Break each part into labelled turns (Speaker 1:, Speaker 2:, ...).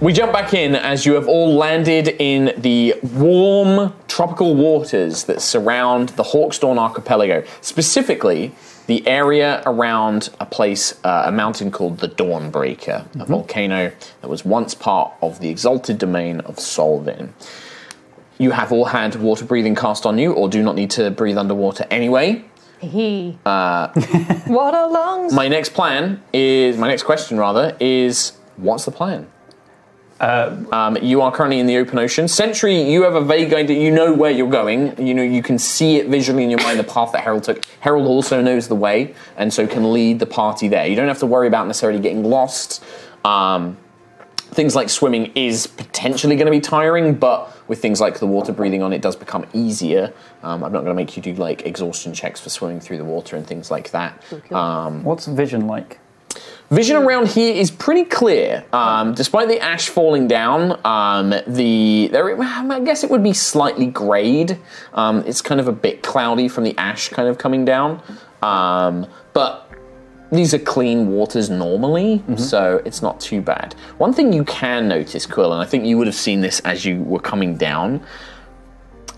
Speaker 1: We jump back in as you have all landed in the warm tropical waters that surround the Hawksdawn Archipelago, specifically the area around a place, uh, a mountain called the Dawnbreaker, a volcano that was once part of the exalted domain of Solvin. You have all had water breathing cast on you, or do not need to breathe underwater anyway.
Speaker 2: He. what a long.
Speaker 1: Uh, My next plan is, my next question rather, is what's the plan? um, you are currently in the open ocean. Sentry, you have a vague idea. You know where you're going. You know you can see it visually in your mind. The path that Harold took. Harold also knows the way, and so can lead the party there. You don't have to worry about necessarily getting lost. Um, things like swimming is potentially going to be tiring, but with things like the water breathing on, it does become easier. Um, I'm not going to make you do like exhaustion checks for swimming through the water and things like that. Um,
Speaker 3: What's vision like?
Speaker 1: Vision around here is pretty clear. Um, despite the ash falling down, um, the there, I guess it would be slightly grayed. Um, it's kind of a bit cloudy from the ash kind of coming down, um, but these are clean waters normally, so it's not too bad. One thing you can notice, Quill, and I think you would have seen this as you were coming down,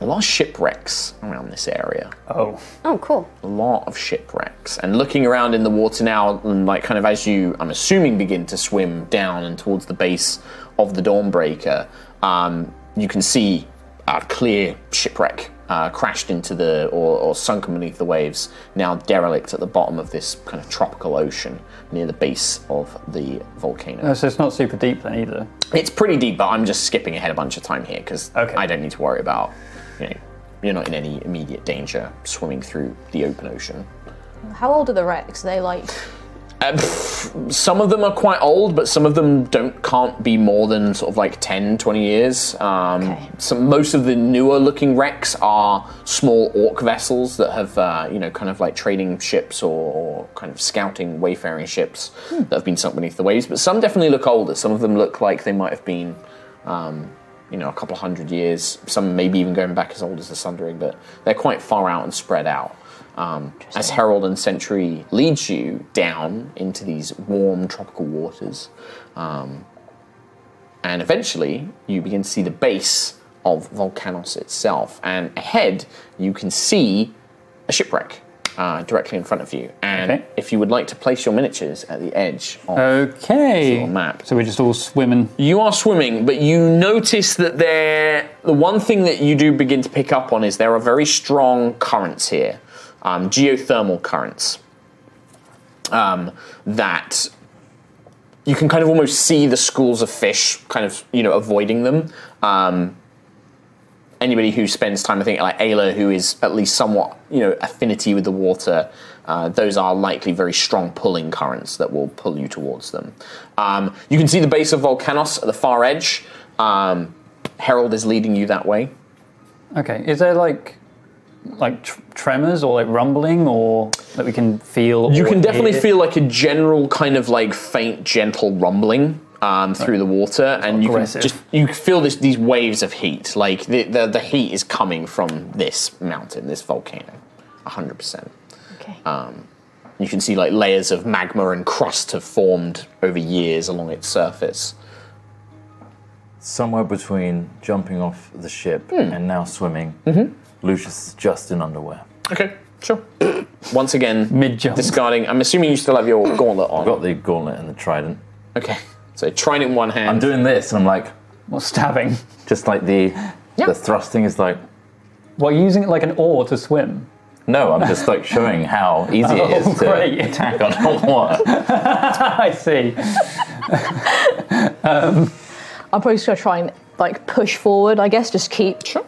Speaker 1: a lot of shipwrecks around this area
Speaker 3: Oh,
Speaker 2: Oh, cool.
Speaker 1: lot of shipwrecks and looking around in the water now and like kind of as you i'm assuming begin to swim down and towards the base of the dawnbreaker um, you can see a clear shipwreck uh, crashed into the or, or sunken beneath the waves now derelict at the bottom of this kind of tropical ocean near the base of the volcano
Speaker 3: so it's not super deep then either.
Speaker 1: it's pretty deep but i'm just skipping ahead a bunch of time here because
Speaker 3: Okay.
Speaker 1: i don't need to worry about you know you're not in any immediate danger swimming through the open ocean
Speaker 2: How old are the wrecks? Are they like.
Speaker 1: Uh, pff, some of them are quite old, but some of them don't can't be more than sort of like 10, 20 years. Um,
Speaker 2: Okay.
Speaker 1: some, most of the newer looking wrecks are small orc vessels that have, uh, you know, kind of like trading ships or, or kind of scouting, wayfaring ships that have been sunk beneath the waves. But some definitely look older. Some of them look like they might have been, um, you know, a couple hundred years. Some maybe even going back as old as the Sundering, but they're quite far out and spread out. Um, as Herald and Sentry leads you down into these warm tropical waters, um, and eventually you begin to see the base of Volcanos itself. And ahead, you can see a shipwreck uh, directly in front of you. And
Speaker 3: Okay. Uh,
Speaker 1: if you would like to place your miniatures at the edge of
Speaker 3: Okay.
Speaker 1: Little map.
Speaker 3: So we're just all swimming.
Speaker 1: you are swimming, but you notice that there. The one thing that you do begin to pick up on is there are very strong currents here, um, geothermal currents. Um, that you can kind of almost see the schools of fish, kind of you know avoiding them. Um, anybody who spends time, I think, like Ayla, who is at least somewhat you know affinity with the water, uh, those are likely very strong pulling currents that will pull you towards them. Um, you can see the base of Volcanos at the far edge. Um, Harold is leading you that way.
Speaker 3: Okay. Is there like like tr- tremors or like rumbling or that we can feel?
Speaker 1: You
Speaker 3: or
Speaker 1: can definitely
Speaker 3: hear?
Speaker 1: feel like a general kind of like faint, gentle rumbling um, through the water, and you can
Speaker 3: Aggressive.
Speaker 1: just you can feel this these waves of heat. Like the the, the heat is coming from this mountain, this volcano, hundred percent.
Speaker 2: Okay.
Speaker 1: Uh, You can see like layers of magma and crust have formed over years along its surface.
Speaker 4: Somewhere between jumping off the ship and now swimming, Lucius is just in underwear.
Speaker 1: Okay, sure. Once again,
Speaker 3: Mid-jump.
Speaker 1: discarding. I'm assuming you still have your gauntlet on.
Speaker 4: Got the gauntlet and the trident.
Speaker 1: Okay, so trying it in one hand.
Speaker 4: I'm doing this, and I'm like,
Speaker 3: Or stabbing.
Speaker 4: just like the
Speaker 1: Yeah.
Speaker 4: the thrusting is like,
Speaker 3: Well, using it like an oar to swim.
Speaker 4: no, I'm just like showing how easy it is
Speaker 3: Oh,
Speaker 1: uh,
Speaker 4: to
Speaker 3: great.
Speaker 4: attack on water.
Speaker 3: I see.
Speaker 2: I'm probably just going to try and like push forward, I guess. Just keep.
Speaker 1: Sure.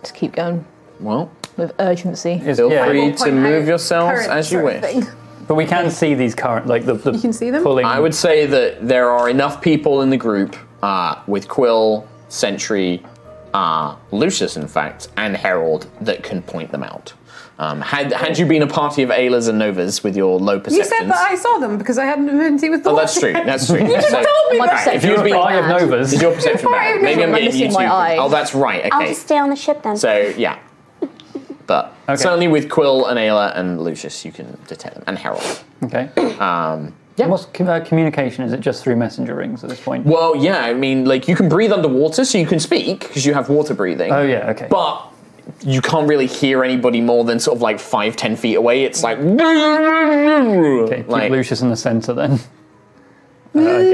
Speaker 2: Just keep going
Speaker 1: Well,
Speaker 2: with urgency.
Speaker 3: Is-
Speaker 1: feel
Speaker 3: yeah.
Speaker 1: free
Speaker 5: Point
Speaker 1: to move
Speaker 5: out
Speaker 1: yourselves
Speaker 5: current
Speaker 1: as you
Speaker 5: sort
Speaker 1: wish.
Speaker 5: of thing.
Speaker 3: But we can see these current, like the, the you
Speaker 5: can see them?
Speaker 3: pulling.
Speaker 1: I would say that there are enough people in the group uh, with Quill, Sentry, uh, Lucius, in fact, and Herald that can point them out. Um, had had you been a party of Aylas and Novas with your low
Speaker 5: You
Speaker 1: perceptions,
Speaker 5: said that I saw them because I had an affinity with the
Speaker 1: oh, that's true.
Speaker 5: water.
Speaker 1: That's true.
Speaker 5: You just
Speaker 1: So-
Speaker 5: told me
Speaker 2: My
Speaker 5: that.
Speaker 1: Right, if you
Speaker 2: perception
Speaker 1: were being
Speaker 2: was
Speaker 3: Eye of
Speaker 2: bad.
Speaker 3: Novas.
Speaker 1: is your perception bad?
Speaker 5: I've
Speaker 1: Maybe I'm
Speaker 5: never-
Speaker 1: getting you
Speaker 2: missing my
Speaker 1: two-
Speaker 2: eyes.
Speaker 1: Oh, that's right.
Speaker 6: I'll
Speaker 1: Okay.
Speaker 6: just stay on the ship then.
Speaker 1: So yeah, but certainly with Quill and Ayla and Lucius, you can detect them, and Herald.
Speaker 3: Okay.
Speaker 1: Um, Yeah.
Speaker 3: What's com- uh, communication? Is it just through messenger rings at this point?
Speaker 1: Well, yeah, I mean, like you can breathe underwater, so you can speak because you have water breathing.
Speaker 3: Oh yeah, okay.
Speaker 1: But you can't really hear anybody more than sort of like five, ten feet away. It's like,
Speaker 3: okay, keep
Speaker 1: like-
Speaker 3: Lucius in the centre then. Uh, I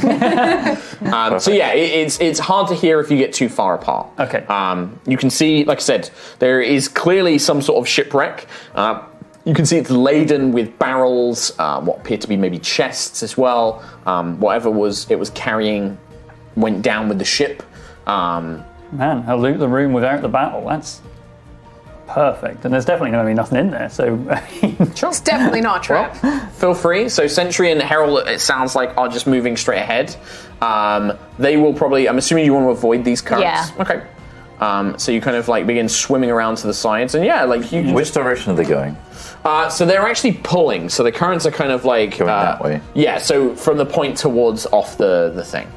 Speaker 1: Um, so yeah, it, it's it's hard to hear if you get too far apart.
Speaker 3: Okay.
Speaker 1: Um, you can see, like I said, there is clearly some sort of shipwreck. Uh, you can see it's laden with barrels, uh, what appear to be maybe chests as well. Um, whatever was it was carrying went down with the ship. Um,
Speaker 3: Man, I loot the room without the battle. That's perfect. And there's definitely going to be nothing in there. So I mean,
Speaker 5: It's definitely not a trap.
Speaker 1: feel free. So Sentry and Herald, it sounds like, are just moving straight ahead. Um, they will probably. I'm assuming you want to avoid these currents.
Speaker 2: Yeah.
Speaker 1: Okay. Um, so you kind of like begin swimming around to the sides, and yeah, like you.
Speaker 4: Which direction are they going?
Speaker 1: Uh, so they're actually pulling. So the currents are kind of like
Speaker 4: Going
Speaker 1: uh,
Speaker 4: that way.
Speaker 1: Yeah. So from the point towards off the the thing.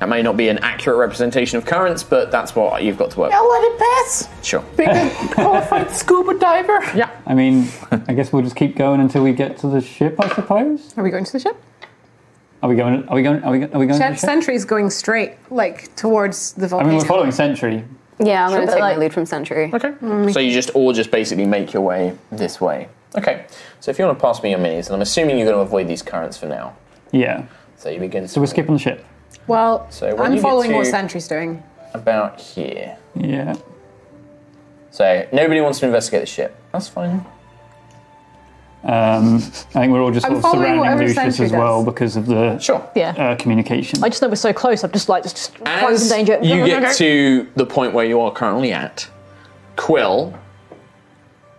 Speaker 1: That may not be an accurate representation of currents, but that's what you've got to work.
Speaker 5: I'll let it pass.
Speaker 1: with. Sure.
Speaker 5: Qualified scuba diver.
Speaker 1: Yeah.
Speaker 3: I mean, I guess we'll just keep going until we get to the ship. I suppose.
Speaker 5: Are we going to the ship?
Speaker 3: Are we going? Are we going? Are we, go- are we going? To the ship?
Speaker 5: Chat sentry's going straight, like towards the
Speaker 3: I
Speaker 5: volcano.
Speaker 3: mean, we're following Sentry.
Speaker 6: Yeah, I'm
Speaker 2: But
Speaker 6: going to take
Speaker 2: like-
Speaker 6: my lead from Sentry.
Speaker 1: Okay. So you just all just basically make your way this way. Okay. So if you want to pass me your minis, and I'm assuming you're going to avoid these currents for now.
Speaker 3: Yeah.
Speaker 1: So you begin.
Speaker 3: So we're skipping the ship.
Speaker 5: well,
Speaker 1: So when you
Speaker 5: I'm
Speaker 1: get
Speaker 5: following what
Speaker 1: to-
Speaker 5: sentry's doing.
Speaker 1: about here.
Speaker 3: Yeah.
Speaker 1: So nobody wants to investigate the ship. That's fine.
Speaker 3: Um, I think we're all just
Speaker 5: I'm
Speaker 3: sort of
Speaker 5: following
Speaker 3: surrounding
Speaker 5: whatever
Speaker 3: Lucius
Speaker 5: Sentry
Speaker 3: as well
Speaker 5: does.
Speaker 3: because of the
Speaker 1: Sure.
Speaker 2: Yeah.
Speaker 3: uh, communication.
Speaker 2: I just know we're so close. I'm just like just, just close in
Speaker 1: As
Speaker 2: danger.
Speaker 1: you get to the point where you are currently at, Quill,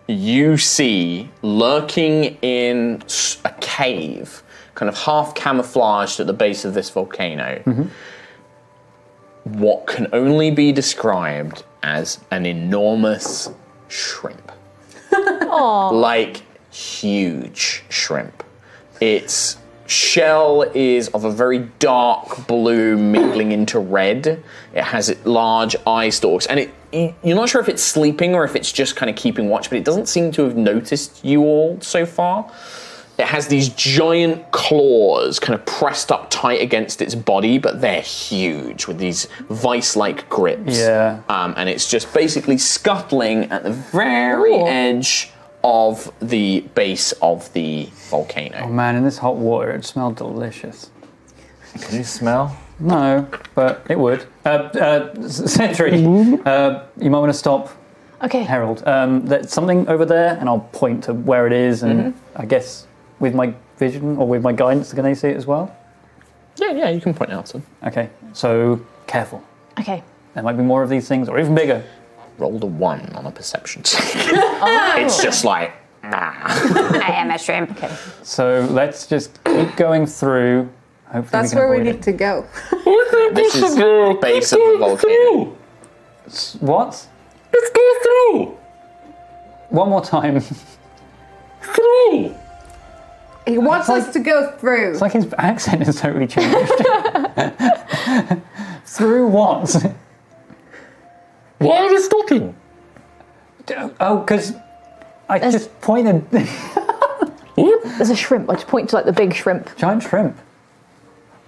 Speaker 1: you see lurking in s- a cave, kind of half camouflaged at the base of this volcano, what can only be described as an enormous shrimp. like huge shrimp. Its shell is of a very dark blue mingling into red. It has it large eye stalks, and it you- you're not sure if it's sleeping or if it's just kind of keeping watch, but it doesn't seem to have noticed you all so far. It has these giant claws kind of pressed up tight against its body, but they're huge with these vice like grips.
Speaker 3: Yeah.
Speaker 1: Um, and it's just basically scuttling at the very
Speaker 2: Ooh.
Speaker 1: edge of the base of the volcano.
Speaker 3: Oh man, in this hot water, it smelled delicious.
Speaker 4: Can you smell?
Speaker 3: No, but it would. Uh, uh, Sentry,
Speaker 1: Mm-hmm.
Speaker 3: uh, you might want to stop
Speaker 2: Okay.
Speaker 3: Harold. Um, there's something over there, and I'll point to where it is, and
Speaker 5: Mm-hmm.
Speaker 3: I guess with my vision or with my guidance, can they see it as well?
Speaker 1: Yeah, yeah, you can point out some.
Speaker 3: Okay, so careful.
Speaker 2: Okay.
Speaker 3: There might be more of these things, or even bigger.
Speaker 1: Rolled a one on a perception check. It's just like, ah. nah.
Speaker 6: I am a shrimp. Okay.
Speaker 3: So let's just keep going through. Hopefully,
Speaker 5: That's
Speaker 3: we can
Speaker 5: where we
Speaker 3: avoid
Speaker 5: need to go.
Speaker 1: This is the base of the volcano.
Speaker 3: it. What?
Speaker 1: Let's go through.
Speaker 3: One more time. it's
Speaker 1: Through.
Speaker 5: He wants us to go through.
Speaker 3: like his accent is totally changed. through what?
Speaker 1: Why are we stopping?
Speaker 3: Oh, because I just pointed
Speaker 2: There's a shrimp. I just point to like the big shrimp.
Speaker 3: giant shrimp.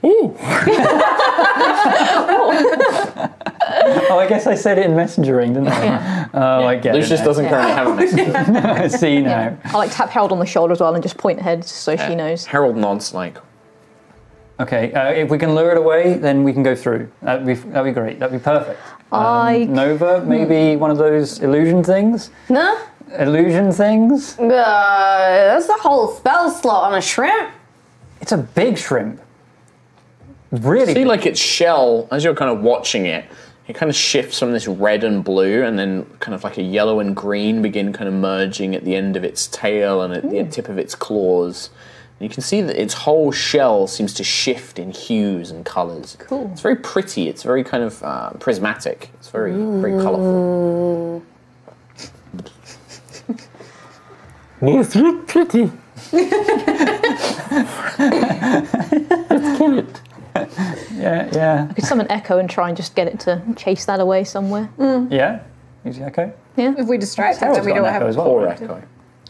Speaker 1: Ooh.
Speaker 3: Oh, I guess I said it in messengering, didn't I? Oh, I get
Speaker 1: Lucius
Speaker 3: it.
Speaker 1: doesn't currently have a message.
Speaker 3: I see now.
Speaker 2: I like tap Harold on the shoulder as well and just point ahead just so she knows.
Speaker 1: Uh, Harold nods like,
Speaker 3: Okay, uh, if we can lure it away, then we can go through. That'd be that'd be great. That'd be perfect.
Speaker 2: I
Speaker 5: hmm.
Speaker 3: Nova, maybe one of those illusion things.
Speaker 6: No?
Speaker 3: Illusion things.
Speaker 6: Uh, that's the whole spell slot on a shrimp.
Speaker 3: It's a big shrimp. Really.
Speaker 1: see
Speaker 3: big.
Speaker 1: like its shell as you're kind of watching it it kind of shifts from this red and blue and then kind of like a yellow and green begin kind of merging at the end of its tail and at the tip of its claws and you can see that its whole shell seems to shift in hues and colors cool it's very pretty it's very kind of uh, prismatic it's very very colorful
Speaker 3: It's really pretty. Yeah, yeah,
Speaker 2: could summon Echo and try and just get it to chase that away somewhere.
Speaker 3: yeah. Is he okay?
Speaker 5: if we distract him,
Speaker 3: Harold's
Speaker 5: then Oh, we
Speaker 3: got
Speaker 5: don't
Speaker 3: an echo
Speaker 5: have.
Speaker 3: as well.
Speaker 1: or
Speaker 3: right?
Speaker 1: echo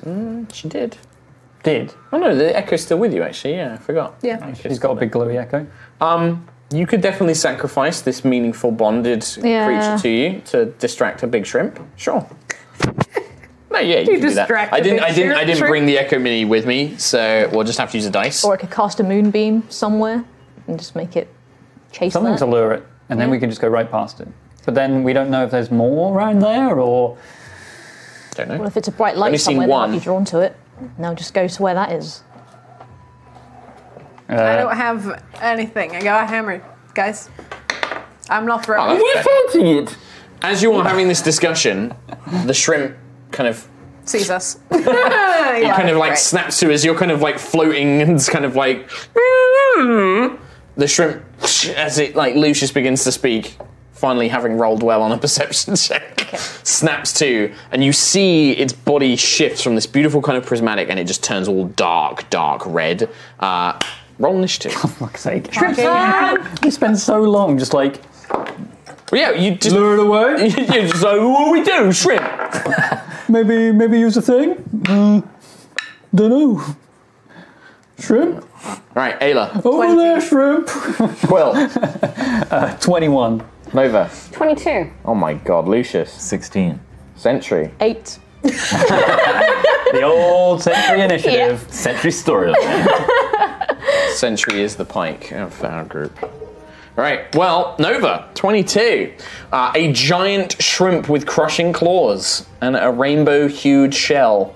Speaker 1: Mm, she did
Speaker 3: did.
Speaker 1: Oh no, the echo's still with you actually. Yeah, I forgot.
Speaker 5: Yeah.
Speaker 1: Echo's
Speaker 3: She's got a big glowy echo.
Speaker 1: You could definitely sacrifice this meaningful bonded
Speaker 2: Yeah.
Speaker 1: creature to you to distract a big shrimp. Sure. No, yeah, you, can do that.
Speaker 5: distract
Speaker 1: I
Speaker 5: a
Speaker 1: didn't.
Speaker 5: big
Speaker 1: I didn't. I
Speaker 5: shrimp-
Speaker 1: didn't
Speaker 5: shrimp?
Speaker 1: bring the Echo Mini with me, so we'll just have to use a dice.
Speaker 2: Or I could cast a moonbeam somewhere and just make it chase
Speaker 3: Something to
Speaker 2: that.
Speaker 3: lure it, and then we can just go right past it. But then we don't know if there's more around there or.
Speaker 1: Don't know.
Speaker 2: Well, if it's a bright light
Speaker 1: Only seen
Speaker 2: somewhere, then I'd be
Speaker 1: one.
Speaker 2: drawn to it. Now just go to where that is.
Speaker 5: I don't have anything. I got a hammer, guys. I'm not for
Speaker 1: Oh, that's fair. As you are having this discussion, the shrimp kind of
Speaker 5: sees us.
Speaker 1: it kind of like
Speaker 5: right.
Speaker 1: snaps to as you're kind of like floating and it's kind of like the shrimp as it like Lucius begins to speak, finally having rolled well on a perception check, snaps to and you see its body shifts from this beautiful kind of prismatic and it just turns all dark, dark red. Uh, roll initiative.
Speaker 3: Fuck's sake. we spend so long just like.
Speaker 1: Well, yeah, you just
Speaker 3: Lure it away?
Speaker 1: you're just like, what do we do, shrimp?
Speaker 3: Maybe maybe use a thing? Hmm. don't know. Shrimp?
Speaker 1: Right, Ayla.
Speaker 3: Over
Speaker 5: Twenty. there,
Speaker 3: shrimp!
Speaker 1: Quill.
Speaker 3: 21.
Speaker 4: Nova.
Speaker 6: 22.
Speaker 1: Oh my god, Lucius.
Speaker 4: 16.
Speaker 1: Sentry.
Speaker 2: Eight.
Speaker 3: The old century initiative.
Speaker 4: Century story.
Speaker 1: Sentry is the pike of our group. Right, well, Nova, 22. Uh, a giant shrimp with crushing claws and a rainbow hued shell.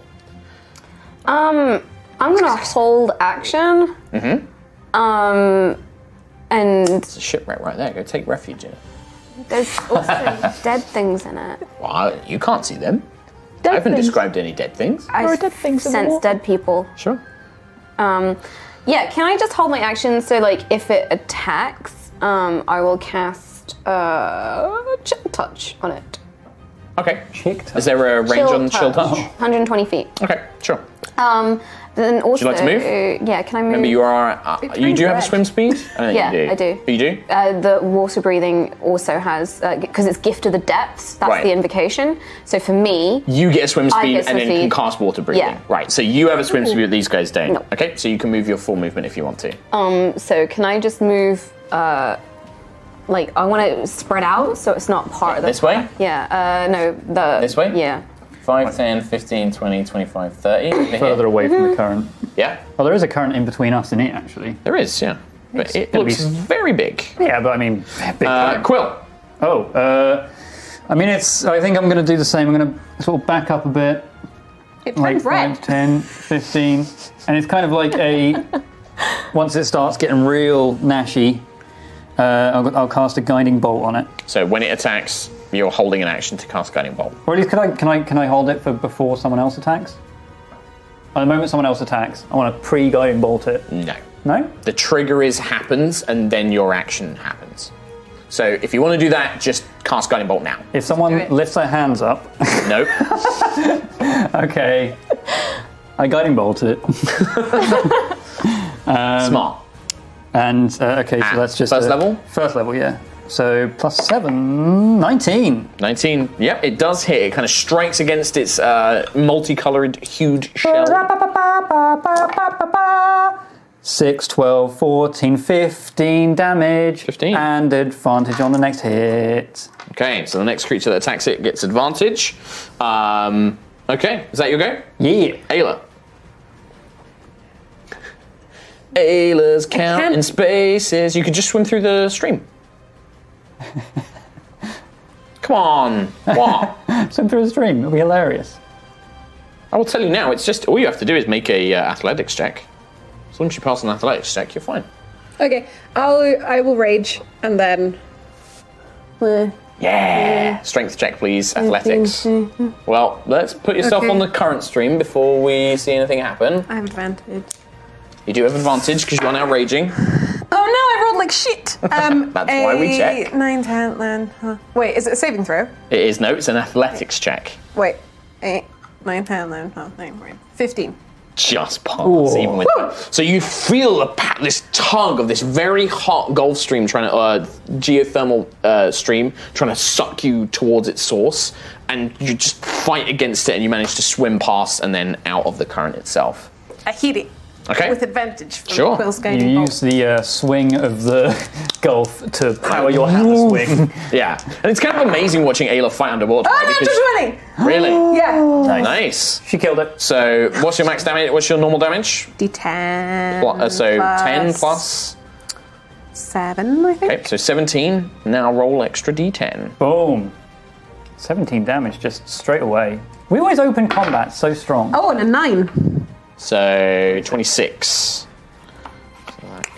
Speaker 6: Um, I'm gonna hold action. Mm-hmm. Um, and
Speaker 1: It's a shipwreck right there. Go take refuge in it.
Speaker 6: there's also dead things in it.
Speaker 1: Well, you can't see them.
Speaker 2: Dead
Speaker 1: I haven't
Speaker 2: things.
Speaker 1: described any dead things.
Speaker 6: I
Speaker 2: There are dead things in the
Speaker 6: sense
Speaker 2: water.
Speaker 6: dead people.
Speaker 1: Sure.
Speaker 6: Um, yeah. Can I just hold my action so like if it attacks, um, I will cast uh chill touch on it.
Speaker 1: Okay.
Speaker 3: Chick touch.
Speaker 1: Is there a range on chill touch?
Speaker 6: 120 feet.
Speaker 1: Okay, sure.
Speaker 6: Um, then also.
Speaker 1: like to move?
Speaker 6: Yeah. Can I move?
Speaker 1: Remember, you are. Uh, you do have a
Speaker 6: correct.
Speaker 1: swim speed? I don't think you
Speaker 6: Yeah,
Speaker 1: do.
Speaker 6: I do.
Speaker 1: Oh, you do?
Speaker 6: uh, the water breathing also has because it's gift of the depths. That's
Speaker 1: Right.
Speaker 6: the invocation. So for me,
Speaker 1: You get a swim
Speaker 6: I
Speaker 1: speed
Speaker 6: get swim
Speaker 1: and then you can
Speaker 6: speed.
Speaker 1: cast water breathing.
Speaker 6: Yeah. Mm-hmm.
Speaker 1: Right, so you have a swim speed, but these guys don't.
Speaker 6: No.
Speaker 1: Okay, so you can move your full movement if you want to.
Speaker 6: um, so can I just move? Uh, like I want to spread out so it's not part of the.
Speaker 1: This way?
Speaker 6: Yeah. Uh, no. The.
Speaker 1: This way?
Speaker 6: Yeah.
Speaker 1: 5, 10, 15, 20, 25, 30.
Speaker 3: Further away from the
Speaker 5: Mm-hmm.
Speaker 3: current.
Speaker 1: Yeah,
Speaker 3: Well, there is a current in between us and it, actually.
Speaker 1: there is, yeah. But it
Speaker 3: gotta be
Speaker 1: looks
Speaker 3: s-
Speaker 1: very big.
Speaker 3: Yeah, but I mean, big
Speaker 1: Uh, Quill.
Speaker 3: Oh, uh, I mean, it's. I think I'm going to do the same. I'm going to sort of back up a bit,
Speaker 5: It
Speaker 3: like
Speaker 5: turned red.
Speaker 3: 5, 10, 15. And it's kind of like a. Once it starts getting real nashy, uh, I'll, I'll cast a guiding bolt on it.
Speaker 1: So when it attacks, you're holding an action to cast Guiding Bolt.
Speaker 3: Or at least, can I, can I, can I hold it for before someone else attacks? At the moment someone else attacks, I want to pre guiding bolt it.
Speaker 1: No.
Speaker 3: No?
Speaker 1: The trigger is happens and then your action happens. So if you want to do that, just cast Guiding Bolt now.
Speaker 3: If someone
Speaker 5: it.
Speaker 3: lifts their hands up,
Speaker 1: Nope.
Speaker 3: okay. I guiding bolt it.
Speaker 1: Smart.
Speaker 3: And uh, okay, so
Speaker 1: Ah,
Speaker 3: that's just
Speaker 1: first
Speaker 3: a-
Speaker 1: level?
Speaker 3: First level, yeah. So plus seven, 19.
Speaker 1: 19. Yep, it does hit. It kind of strikes against its uh, multicolored, hued shell.
Speaker 3: Six, 12, 14, 15 damage.
Speaker 1: 15.
Speaker 3: And advantage on the next hit.
Speaker 1: Okay, so the next creature that attacks it gets advantage. Um, okay, is that your go?
Speaker 3: Yeah.
Speaker 1: Ayla. Ayla's counting
Speaker 5: can't-
Speaker 1: spaces. You could just swim through the stream. Come on. What?
Speaker 3: Swim through the stream. It'll be hilarious.
Speaker 1: I will tell you now. It's just all you have to do is make a uh, athletics check. As long as you pass an athletics check, you're fine.
Speaker 5: Okay, I'll I will rage and then.
Speaker 1: Yeah. Strength check, please. Athletics. Well, let's put yourself
Speaker 5: Mm-hmm. Okay.
Speaker 1: on the current stream before we see anything happen.
Speaker 5: I have advantage.
Speaker 1: You do have advantage because you are now raging.
Speaker 5: Oh no! I rolled like shit. Um,
Speaker 1: That's why we
Speaker 5: a
Speaker 1: check.
Speaker 5: Nine, ten, then. Huh. Wait, is it a saving throw?
Speaker 1: It is no, it's an athletics check.
Speaker 5: Wait, eight, nine, ten, then. Oh, nine, nine, fifteen.
Speaker 1: just parts,
Speaker 3: Ooh.
Speaker 1: even with that. So you feel the pa- this tug of this very hot Gulf Stream trying to uh, geothermal uh, stream trying to suck you towards its source, and you just fight against it, and you manage to swim past and then out of the current itself.
Speaker 5: I hit it
Speaker 1: Okay.
Speaker 5: with advantage. From
Speaker 1: Sure.
Speaker 5: Quill's guiding
Speaker 3: You
Speaker 5: bolt.
Speaker 3: use the uh, swing of the golf to power your hammer swing.
Speaker 1: Yeah, and it's kind of amazing watching Ayla fight underwater.
Speaker 5: Oh,
Speaker 1: right?
Speaker 5: natural
Speaker 1: Because-
Speaker 5: twenty. "Oh."
Speaker 1: really
Speaker 5: Yeah.
Speaker 1: nice.
Speaker 3: She killed it.
Speaker 1: So, what's your max damage? What's your normal damage?
Speaker 5: D10.
Speaker 1: Pl- uh, so
Speaker 5: plus
Speaker 1: ten plus.
Speaker 5: seven, I think.
Speaker 1: Okay, so seventeen. Now roll extra d10.
Speaker 3: Boom. 17 damage just straight away. We always open combat so strong.
Speaker 5: Oh, and a nine.
Speaker 1: So twenty-six.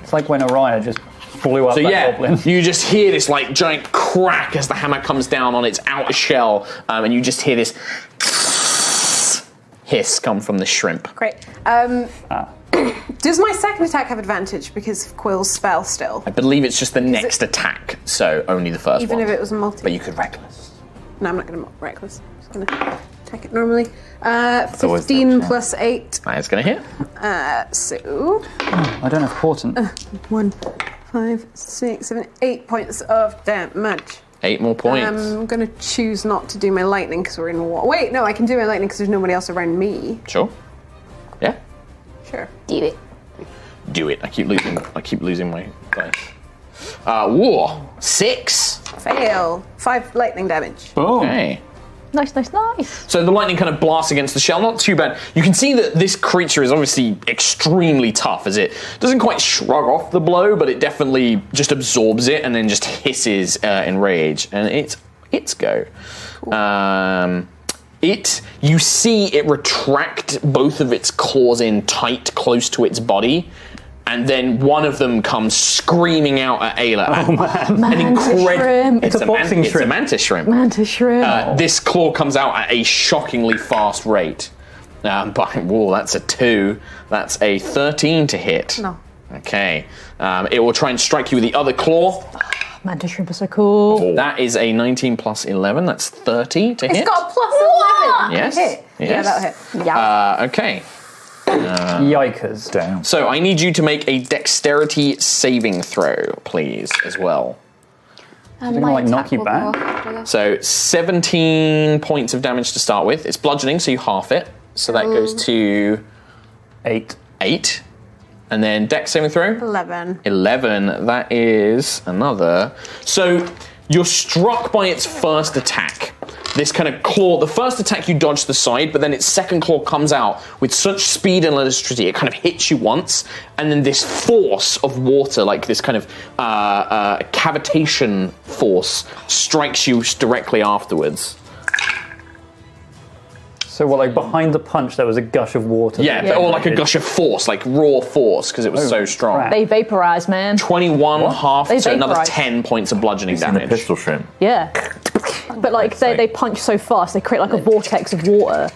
Speaker 3: It's like when Araya just blew up
Speaker 1: So
Speaker 3: that
Speaker 1: yeah,
Speaker 3: goblin.
Speaker 1: you just hear this like giant crack as the hammer comes down on its outer shell, um, and you just hear this hiss come from the shrimp.
Speaker 5: Great. Um,
Speaker 1: Ah.
Speaker 5: does my second attack have advantage because of Quill's spell still?
Speaker 1: I believe it's just the next attack, so only the first
Speaker 5: Even
Speaker 1: one.
Speaker 5: if it was a multi.
Speaker 1: but you could reckless.
Speaker 5: No, I'm not going to reckless. I'm just going to attack it normally. Uh,
Speaker 4: always the
Speaker 5: 15
Speaker 4: option.
Speaker 5: plus 8.
Speaker 1: That is going to hit.
Speaker 5: Uh, so,
Speaker 3: I don't have portent.
Speaker 5: 1, 5, 6, 7, 8 points of damage. Um,
Speaker 1: Eight more points.
Speaker 5: I'm going to choose not to do my lightning because we're in war. Wait, no, I can do my lightning because there's nobody else around me.
Speaker 1: sure. Yeah.
Speaker 5: Sure.
Speaker 6: Do it.
Speaker 1: Do it. I keep losing. I keep losing my dice. Uh, war six.
Speaker 5: Fail. 5 lightning damage.
Speaker 3: Boom.
Speaker 1: Okay.
Speaker 2: Nice, nice, nice.
Speaker 1: So the lightning kind of blasts against the shell, not too bad. You can see that this creature is obviously extremely tough as it doesn't quite shrug off the blow, but it definitely just absorbs it and then just hisses uh, in rage. And it's its go. Um, it you see it retract both of its claws in tight close to its body. And then one of them comes screaming out at Ayla. Oh man! An
Speaker 2: Mantis shrimp.
Speaker 1: It's,
Speaker 2: It's
Speaker 1: a,
Speaker 3: a
Speaker 1: man-
Speaker 3: boxing
Speaker 1: it's a
Speaker 3: shrimp.
Speaker 1: mantis shrimp.
Speaker 2: Mantis shrimp.
Speaker 5: Oh.
Speaker 1: Uh, this claw comes out at a shockingly fast rate. Um, but whoa, that's a two. That's a thirteen to hit.
Speaker 5: No.
Speaker 1: Okay. Um, it will try and strike you with the other claw.
Speaker 2: Mantis shrimp are so cool.
Speaker 1: That is a nineteen plus eleven. That's thirty to hit.
Speaker 5: Oh. It's got a plus 11.
Speaker 1: Yes.
Speaker 5: Hit. Yeah,
Speaker 1: Yes.
Speaker 5: that'll hit.
Speaker 1: Uh, okay.
Speaker 3: Yikers.
Speaker 4: Damn.
Speaker 1: So I need you to make a dexterity saving throw, please, as well.
Speaker 6: Um,
Speaker 3: like, knock you back?
Speaker 1: So seventeen points of damage to start with. It's bludgeoning, so you half it. So that goes
Speaker 5: Mm.
Speaker 1: to
Speaker 3: Eight.
Speaker 1: eight, and then dex saving throw.
Speaker 5: 11.
Speaker 1: 11. That is another. So you're struck by its first attack. This kind of claw, the first attack you dodge to the side, but then its second claw comes out with such speed and electricity, it kind of hits you once, and then this force of water, like this kind of uh, uh, cavitation force, strikes you directly afterwards.
Speaker 3: So what? Like behind the punch, there was a gush of water.
Speaker 1: Yeah,
Speaker 3: that
Speaker 1: or like a
Speaker 3: generated.
Speaker 1: gush of force, like raw force, because it was
Speaker 3: Oh,
Speaker 1: so strong.
Speaker 3: crap.
Speaker 2: They vaporize, man.
Speaker 1: 21 half,
Speaker 2: They
Speaker 1: so another
Speaker 2: vaporise.
Speaker 1: 10 points of bludgeoning
Speaker 4: Seen a
Speaker 1: damage.
Speaker 4: pistol shrimp.
Speaker 2: Yeah. But like they, they punch so fast, they create like a vortex of water,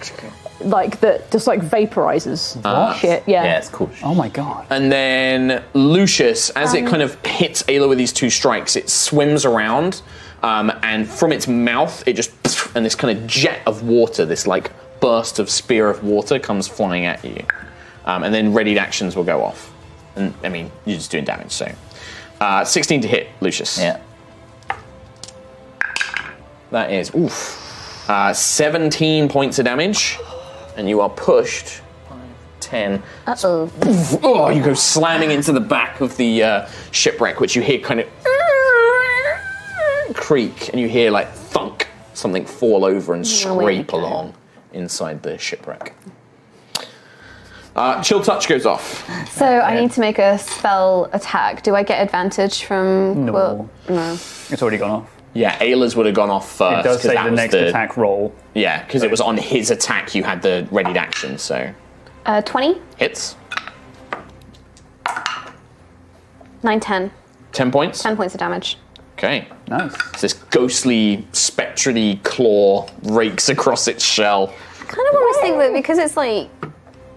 Speaker 2: like that just like vaporizes shit. Yeah.
Speaker 4: Yeah, it's cool.
Speaker 3: Oh my god.
Speaker 1: And then Lucius, as it kind of hits Ayla with these two strikes, it swims around, um, and from its mouth, it just and this kind of jet of water, this like burst of spear of water, comes flying at you. Um, and then readied actions will go off. And I mean, you're just doing damage, so uh, 16 to hit Lucius.
Speaker 4: Yeah.
Speaker 1: that is oof, uh, 17 points of damage, and you are pushed. Five, 10,
Speaker 6: Oh.
Speaker 1: oh, you go slamming into the back of the uh, shipwreck, which you hear kind of creak, and you hear like thunk, something fall over and scrape
Speaker 6: okay.
Speaker 1: along inside the shipwreck. Uh, chill touch goes off.
Speaker 6: So I need to make a spell attack. Do I get advantage from?
Speaker 3: No.
Speaker 6: Well, no.
Speaker 3: It's already gone off.
Speaker 1: Yeah, Ayla's would have gone off first.
Speaker 3: It does
Speaker 1: 'cause
Speaker 3: say
Speaker 1: that
Speaker 3: the
Speaker 1: was
Speaker 3: next attack roll.
Speaker 1: Yeah, because it was on his attack. You had the readied action, so
Speaker 6: Uh, 20,
Speaker 1: hits
Speaker 6: 9, 10.
Speaker 1: ten points.
Speaker 6: 10 points of damage.
Speaker 1: Okay.
Speaker 3: Nice.
Speaker 1: So this ghostly, spectrally claw rakes across its shell.
Speaker 6: Kind of almost think that because it's like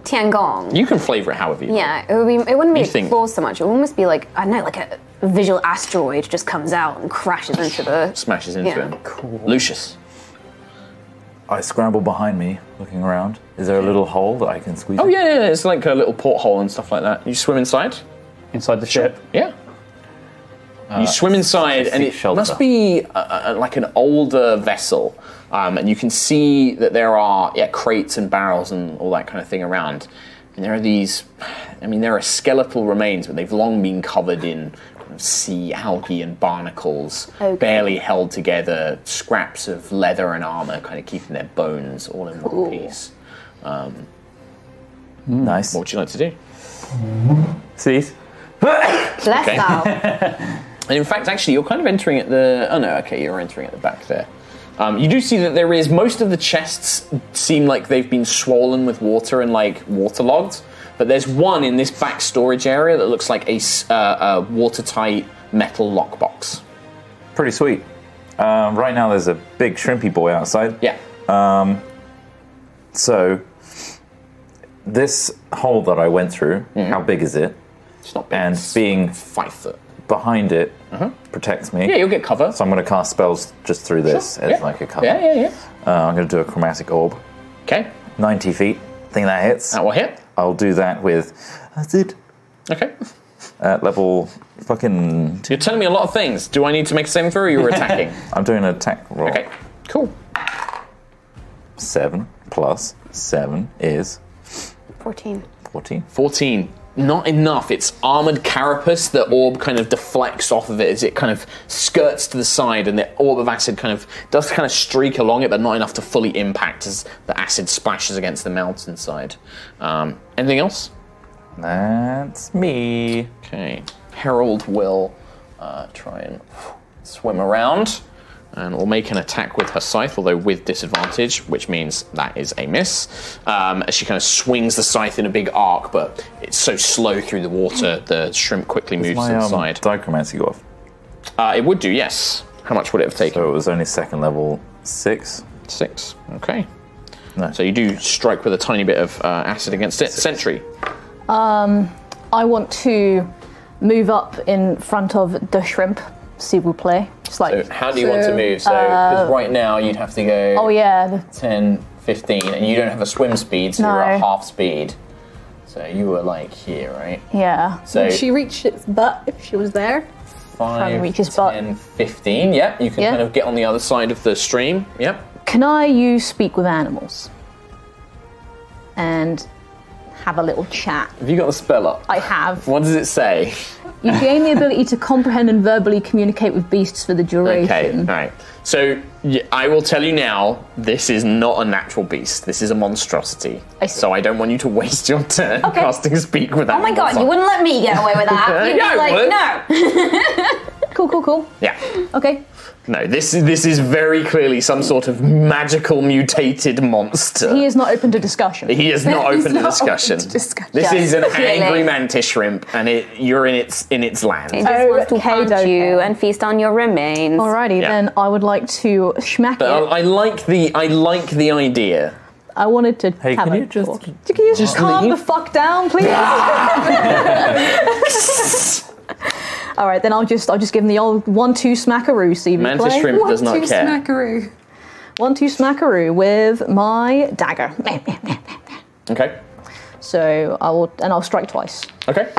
Speaker 6: Tiangong.
Speaker 1: You can flavor it however you like.
Speaker 6: Yeah, it would be. It wouldn't be
Speaker 1: You
Speaker 6: a
Speaker 1: think-
Speaker 6: claw so much. It would almost be like I don't know, like a visual asteroid just comes out and crashes into the.
Speaker 1: smashes into
Speaker 6: Yeah.
Speaker 1: him. Lucius.
Speaker 4: I scramble behind me, looking around. Is there a little hole that I can squeeze?
Speaker 1: Oh yeah, yeah, yeah, it's like a little porthole and stuff like that. You swim inside.
Speaker 3: Inside the ship.
Speaker 1: Yeah. Uh, you swim inside, and
Speaker 4: seek
Speaker 1: it
Speaker 4: shelter.
Speaker 1: must be a, a, like an older vessel, um, and you can see that there are yeah crates and barrels and all that kind of thing around. And there are these, I mean, there are skeletal remains, but they've long been covered in kind of sea algae and barnacles,
Speaker 6: Okay.
Speaker 1: barely held together, scraps of leather and armor, kind of keeping their bones all in one piece.
Speaker 4: Nice.
Speaker 1: What would you like to do?
Speaker 4: Teeth.
Speaker 6: Bless
Speaker 1: Okay.
Speaker 6: thou.
Speaker 1: And in fact, actually, you're kind of entering at the. Oh no, okay, you're entering at the back there. Um, you do see that there is most of the chests seem like they've been swollen with water and like waterlogged, but there's one in this back storage area that looks like a, s- uh, a watertight metal lockbox.
Speaker 4: Pretty sweet. Um, right now, there's a big shrimpy boy outside.
Speaker 1: Yeah.
Speaker 4: So, this hole that I went through, how big is it?
Speaker 1: It's not big.
Speaker 4: And
Speaker 1: Mm-hmm. it's
Speaker 4: being
Speaker 1: five foot. Mm-hmm.
Speaker 4: behind it protects me.
Speaker 1: Yeah, you'll get cover.
Speaker 4: so I'm going to cast spells just through this as
Speaker 1: yeah.
Speaker 4: like a cover.
Speaker 1: Yeah, yeah, yeah.
Speaker 4: Uh, I'm going to do a chromatic orb,
Speaker 1: Okay,
Speaker 4: 90 feet. I think that hits.
Speaker 1: that will hit.
Speaker 4: I'll do that with acid
Speaker 1: Okay.
Speaker 4: at level fucking.
Speaker 1: You're telling me a lot of things. Do I need to make a saving throw or you're attacking?
Speaker 4: I'm doing an attack roll.
Speaker 1: okay, cool.
Speaker 4: Seven plus seven is
Speaker 6: 14.
Speaker 4: 14.
Speaker 1: 14. Not enough. Its armored carapace, the orb kind of deflects off of it as it kind of skirts to the side, and the orb of acid kind of does kind of streak along it, but not enough to fully impact as the acid splashes against the mountainside. Um, anything else?
Speaker 4: That's me.
Speaker 1: Okay. Harold will uh, try and swim around and will make an attack with her scythe, although with disadvantage, which means that is a miss. Um, as she kind of swings the scythe in a big arc, but it's so slow through the water, the shrimp quickly moves to
Speaker 4: My
Speaker 1: the
Speaker 4: um,
Speaker 1: side.
Speaker 4: dichromancy go off.
Speaker 1: Uh, it would do, yes. How much would it have taken?
Speaker 4: So it was only second level six.
Speaker 1: Six. Okay.
Speaker 4: No.
Speaker 1: So you do strike with a tiny bit of uh, acid against it. Sentry.
Speaker 2: Um, I want to move up in front of the shrimp, see we play. Just like,
Speaker 1: How do you want to move? So, 'cause right now you'd have to go.
Speaker 2: oh yeah, the-
Speaker 1: 10, 15, and you don't have a swim speed, so you're at
Speaker 2: No.
Speaker 1: half speed. So you were like here, right?
Speaker 2: yeah.
Speaker 1: So
Speaker 7: She reached its butt if she was there.
Speaker 1: 5,
Speaker 2: reach his butt.
Speaker 1: 10, 15. Yep, you can
Speaker 2: Yeah.
Speaker 1: kind of get on the other side of the stream. Yep.
Speaker 2: Can I use speak with animals? And have a little chat.
Speaker 1: Have you got the spell up?
Speaker 2: I have.
Speaker 1: What does it say?
Speaker 2: You gain the ability to comprehend and verbally communicate with beasts for the duration.
Speaker 1: Okay, all right. So y- I will tell you now, this is not a natural beast. This is a monstrosity.
Speaker 2: I see.
Speaker 1: So I don't want you to waste your turn
Speaker 2: Okay.
Speaker 1: casting speak with
Speaker 6: Oh my god, you
Speaker 1: animals.
Speaker 6: wouldn't let me get away with that. You'd
Speaker 1: Yeah, I
Speaker 6: be like,
Speaker 1: would.
Speaker 6: no.
Speaker 2: Cool, cool, cool.
Speaker 1: Yeah.
Speaker 2: Okay.
Speaker 1: No, this is this is very clearly some sort of magical mutated monster.
Speaker 2: He is not open to discussion.
Speaker 1: He is not open to
Speaker 5: not
Speaker 1: discussion.
Speaker 5: open to discussion.
Speaker 1: This
Speaker 6: Yeah.
Speaker 1: is an
Speaker 6: Clearly.
Speaker 1: angry mantis shrimp, and it, you're in its in its land.
Speaker 6: It just wants to
Speaker 2: Oh, Okay,
Speaker 6: hunt you
Speaker 2: okay.
Speaker 6: and feast on your remains.
Speaker 2: Alrighty,
Speaker 1: Yeah.
Speaker 2: then I would like to smack
Speaker 1: But
Speaker 2: it.
Speaker 1: I, I like the I like the idea.
Speaker 2: I wanted to
Speaker 4: Hey,
Speaker 2: have
Speaker 4: can
Speaker 2: a
Speaker 4: you just-
Speaker 2: talk. Can you just calm
Speaker 1: leave?
Speaker 2: the fuck down, please? All right, then I'll just I'll just give him the old one-two smackaroo. See if he
Speaker 1: Mantis
Speaker 2: play.
Speaker 1: shrimp does not
Speaker 5: Two
Speaker 1: care.
Speaker 5: smackaroo.
Speaker 2: One-two smackaroo with my dagger.
Speaker 1: Okay.
Speaker 2: So I will and I'll strike twice.
Speaker 1: Okay.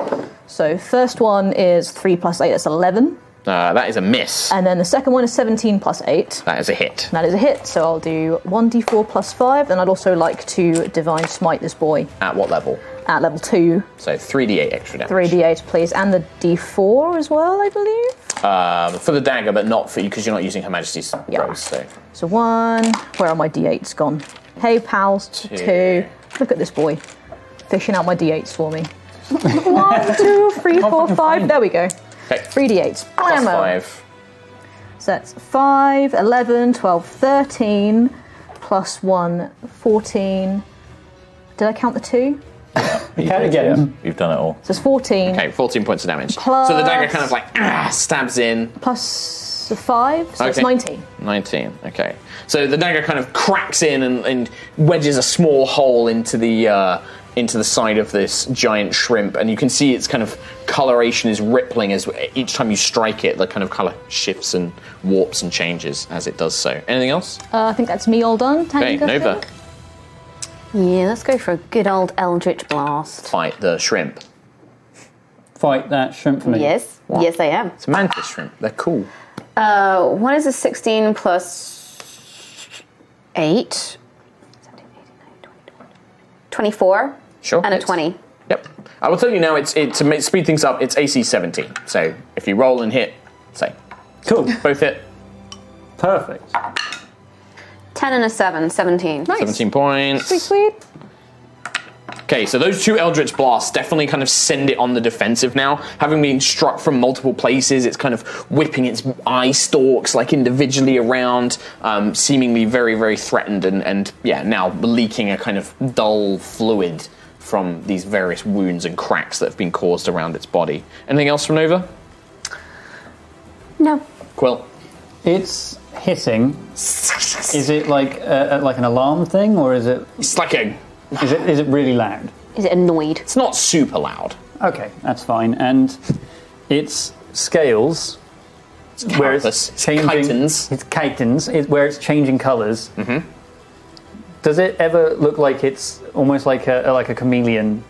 Speaker 2: So first one is three plus eight. That's eleven,
Speaker 1: Uh, that is a miss.
Speaker 2: and then the second one is seventeen plus eight.
Speaker 1: That is a hit.
Speaker 2: That is a hit, so I'll do 1d4 plus 5, and I'd also like to Divine Smite this boy
Speaker 1: At what level?
Speaker 2: at level 2.
Speaker 1: So three d8 extra damage.
Speaker 2: 3d8, please, and the d4 as well, I believe.
Speaker 1: Um, for the dagger, but not for you because you're not using Her Majesty's
Speaker 2: Yeah.
Speaker 1: rose. So
Speaker 2: So 1. Where are my d8s gone? Hey, pals. 2. Look at this boy fishing out my d8s for me. One, two, three, four, five.
Speaker 3: fucking find
Speaker 2: There we go.
Speaker 1: okay.
Speaker 2: 3d8s.
Speaker 1: Plus
Speaker 2: Blammo.
Speaker 1: five.
Speaker 2: So that's 5, 11, 12, 13, plus 1, 14. Did I count the 2?
Speaker 4: E
Speaker 3: You can again.
Speaker 4: You've done it all.
Speaker 2: So it's 14.
Speaker 1: Okay, 14 points of damage.
Speaker 2: Plus-
Speaker 1: So the dagger kind of like ah, stabs in.
Speaker 2: plus five, so it's
Speaker 1: Okay.
Speaker 2: 19.
Speaker 1: 19, okay. So the dagger kind of cracks in and, and wedges a small hole into the uh, into the side of this giant shrimp, and you can see its kind of coloration is rippling as each time you strike it, the kind of color shifts and warps and changes as it does so. Anything else?
Speaker 2: Uh, I think that's me all done. Tank
Speaker 1: Okay,
Speaker 2: I think.
Speaker 1: Nova,
Speaker 6: Yeah, let's go for a good old Eldritch Blast.
Speaker 1: fight the shrimp.
Speaker 3: Fight that shrimp for me.
Speaker 6: Yes, yes, I am.
Speaker 1: It's a mantis shrimp. They're cool.
Speaker 6: Uh, what is a 16 plus 8? 24?
Speaker 1: Sure.
Speaker 6: and a
Speaker 1: It's-
Speaker 6: 20.
Speaker 1: Yep. I will tell you now. It's, it's to make, speed things up. It's AC 17. So if you roll and hit, say
Speaker 3: Cool.
Speaker 1: both hit.
Speaker 3: Perfect.
Speaker 6: 10 and a 7, 17.
Speaker 1: 17 points. Okay, so those two Eldritch Blasts definitely kind of send it on the defensive now. Having been struck from multiple places, it's kind of whipping its eye stalks like individually around, um, seemingly very, very threatened, and, and yeah, now leaking a kind of dull fluid from these various wounds and cracks that have been caused around its body. Anything else from Nova?
Speaker 6: No.
Speaker 1: Quill.
Speaker 3: It's hitting. Is it like a, a- like an alarm thing, or is it
Speaker 1: It's like a.
Speaker 3: is it is it really loud?
Speaker 6: Is it annoyed?
Speaker 1: It's not super loud.
Speaker 3: Okay, that's fine. And its scales, where it's
Speaker 1: carapace.
Speaker 3: changing,
Speaker 1: Chitons.
Speaker 3: its chitons, it, where it's changing colors. Mm-hmm. Does it ever look like it's almost like a like a chameleon?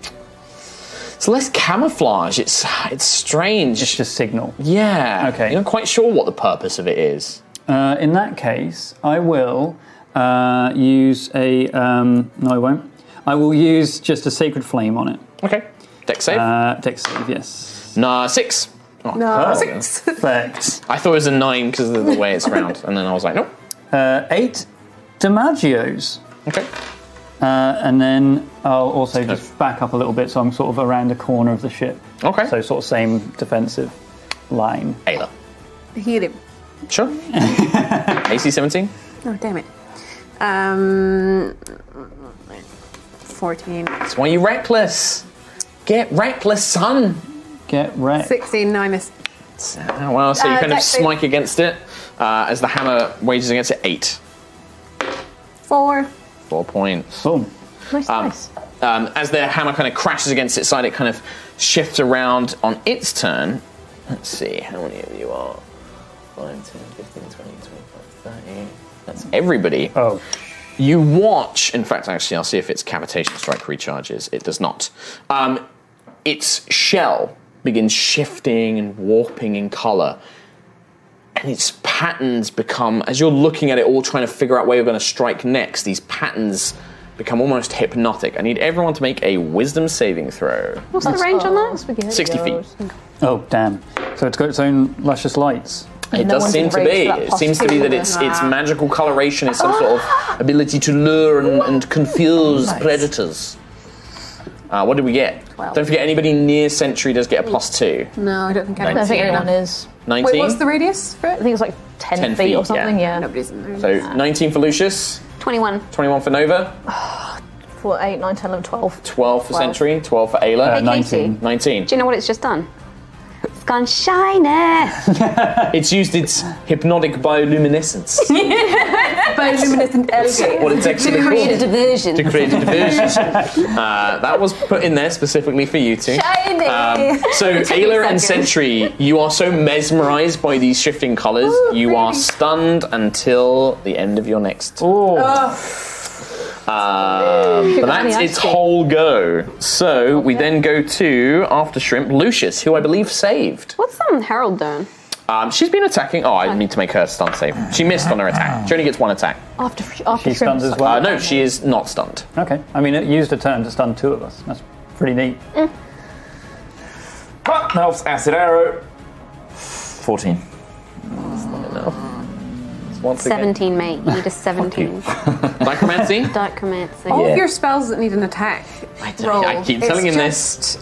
Speaker 1: It's less camouflage. It's it's strange.
Speaker 3: It's just signal.
Speaker 1: yeah.
Speaker 3: Okay.
Speaker 1: You're not quite sure what the purpose of it is.
Speaker 3: Uh, in that case, I will uh, use a. Um, no, I won't. I will use just a sacred flame on it.
Speaker 1: Okay. Deck save.
Speaker 3: Uh, Dex save, yes.
Speaker 1: nah, six. Oh,
Speaker 5: No,
Speaker 3: Oh.
Speaker 5: six.
Speaker 3: Perfect.
Speaker 1: I thought it was a nine because of the way it's round, and then I was like, nope.
Speaker 3: Uh, eight Damagios.
Speaker 1: Okay.
Speaker 3: Uh, and then I'll also
Speaker 1: Okay.
Speaker 3: just back up a little bit so I'm sort of around the corner of the ship.
Speaker 1: Okay.
Speaker 3: So, sort of same defensive line.
Speaker 1: Ayla.
Speaker 5: Heal him.
Speaker 1: Sure. AC 17.
Speaker 5: Oh, damn it. Um, 14,
Speaker 1: That's why you reckless. Get reckless, son.
Speaker 3: Get wrecked.
Speaker 5: 16, no, I missed.
Speaker 1: Ah, Well, so you
Speaker 5: Uh,
Speaker 1: kind of
Speaker 5: deck save.
Speaker 1: smike against it uh, as the hammer wages against it. Eight.
Speaker 5: Four.
Speaker 1: Four points.
Speaker 3: Boom.
Speaker 2: Nice, nice.
Speaker 1: um, as the hammer kind of crashes against its side, it kind of shifts around on its turn. Let's see how many of you are. 5, 10, 15, 20, 25, 30. That's everybody.
Speaker 3: Oh.
Speaker 1: You watch. In fact, actually, I'll see if its cavitation strike recharges. It does not. Um, its shell begins shifting and warping in color. And its patterns become, as you're looking at it, all trying to figure out where you're going to strike next, these patterns become almost hypnotic. I need everyone to make a wisdom saving throw.
Speaker 2: What's the range on that?
Speaker 1: 60 feet.
Speaker 3: Oh, damn. So, it's got its own luscious lights.
Speaker 1: It
Speaker 2: No
Speaker 1: does
Speaker 2: one's
Speaker 1: seem to
Speaker 2: enraged
Speaker 1: be.
Speaker 2: for that
Speaker 1: It seems to be that its its
Speaker 5: Ah.
Speaker 1: magical coloration is some sort of ability to lure and, and confuse predators. Uh, what did we get? Don't forget, anybody near Sentry does get a plus two.
Speaker 5: No, I don't think I
Speaker 2: I don't think
Speaker 1: Nineteen.
Speaker 2: anyone is.
Speaker 5: Wait,
Speaker 1: 19?
Speaker 5: what's the radius for
Speaker 2: I
Speaker 5: it?
Speaker 2: think it's like 10,
Speaker 1: 10
Speaker 2: feet,
Speaker 1: feet, yeah.
Speaker 2: or something, yeah.
Speaker 5: Nobody's in there.
Speaker 1: so 19 for Lucius,
Speaker 6: 21.
Speaker 1: 21 for Nova,
Speaker 2: Four, eight, nine, 10, 11, 12.
Speaker 1: 12 for Sentry, 12 for Ayla,
Speaker 3: Uh,
Speaker 6: Hey, Casey.
Speaker 3: 19.
Speaker 1: 19.
Speaker 6: Do you know what it's just done? It's gone shiny.
Speaker 1: It's used its hypnotic bioluminescence.
Speaker 5: Bioluminescent algae.
Speaker 1: what it's actually
Speaker 6: Create a
Speaker 1: called.
Speaker 6: diversion.
Speaker 1: To create a diversion. Uh, that was put in there specifically for you two.
Speaker 6: Shiny.
Speaker 1: Um, so
Speaker 6: Take a
Speaker 1: Ayla and
Speaker 6: second.
Speaker 1: Sentry, you are so mesmerized by these shifting colors,
Speaker 5: Oh,
Speaker 1: you are stunned until the end of your next.
Speaker 5: Oh.
Speaker 1: Um, but that's its whole go. So we then go to after shrimp Lucius, who I believe saved.
Speaker 6: What's um, Harold doing?
Speaker 1: Um, she's been attacking. Oh, I need to make her stun save. She missed on her attack. She only gets one attack.
Speaker 2: After, after
Speaker 3: She stuns as well.
Speaker 1: Uh, no, she is not stunned.
Speaker 3: Okay. I mean, it used a turn to stun two of us. That's pretty neat.
Speaker 4: But Nelf's acid arrow. 14.
Speaker 1: Once again,
Speaker 6: 17, mate. You need a 17.
Speaker 1: Necromancy.
Speaker 6: Dichromancy.
Speaker 1: Oh.
Speaker 5: All
Speaker 4: Yeah.
Speaker 5: of your spells that need an attack roll.
Speaker 1: I keep telling
Speaker 5: it's
Speaker 1: him
Speaker 5: just-
Speaker 1: this.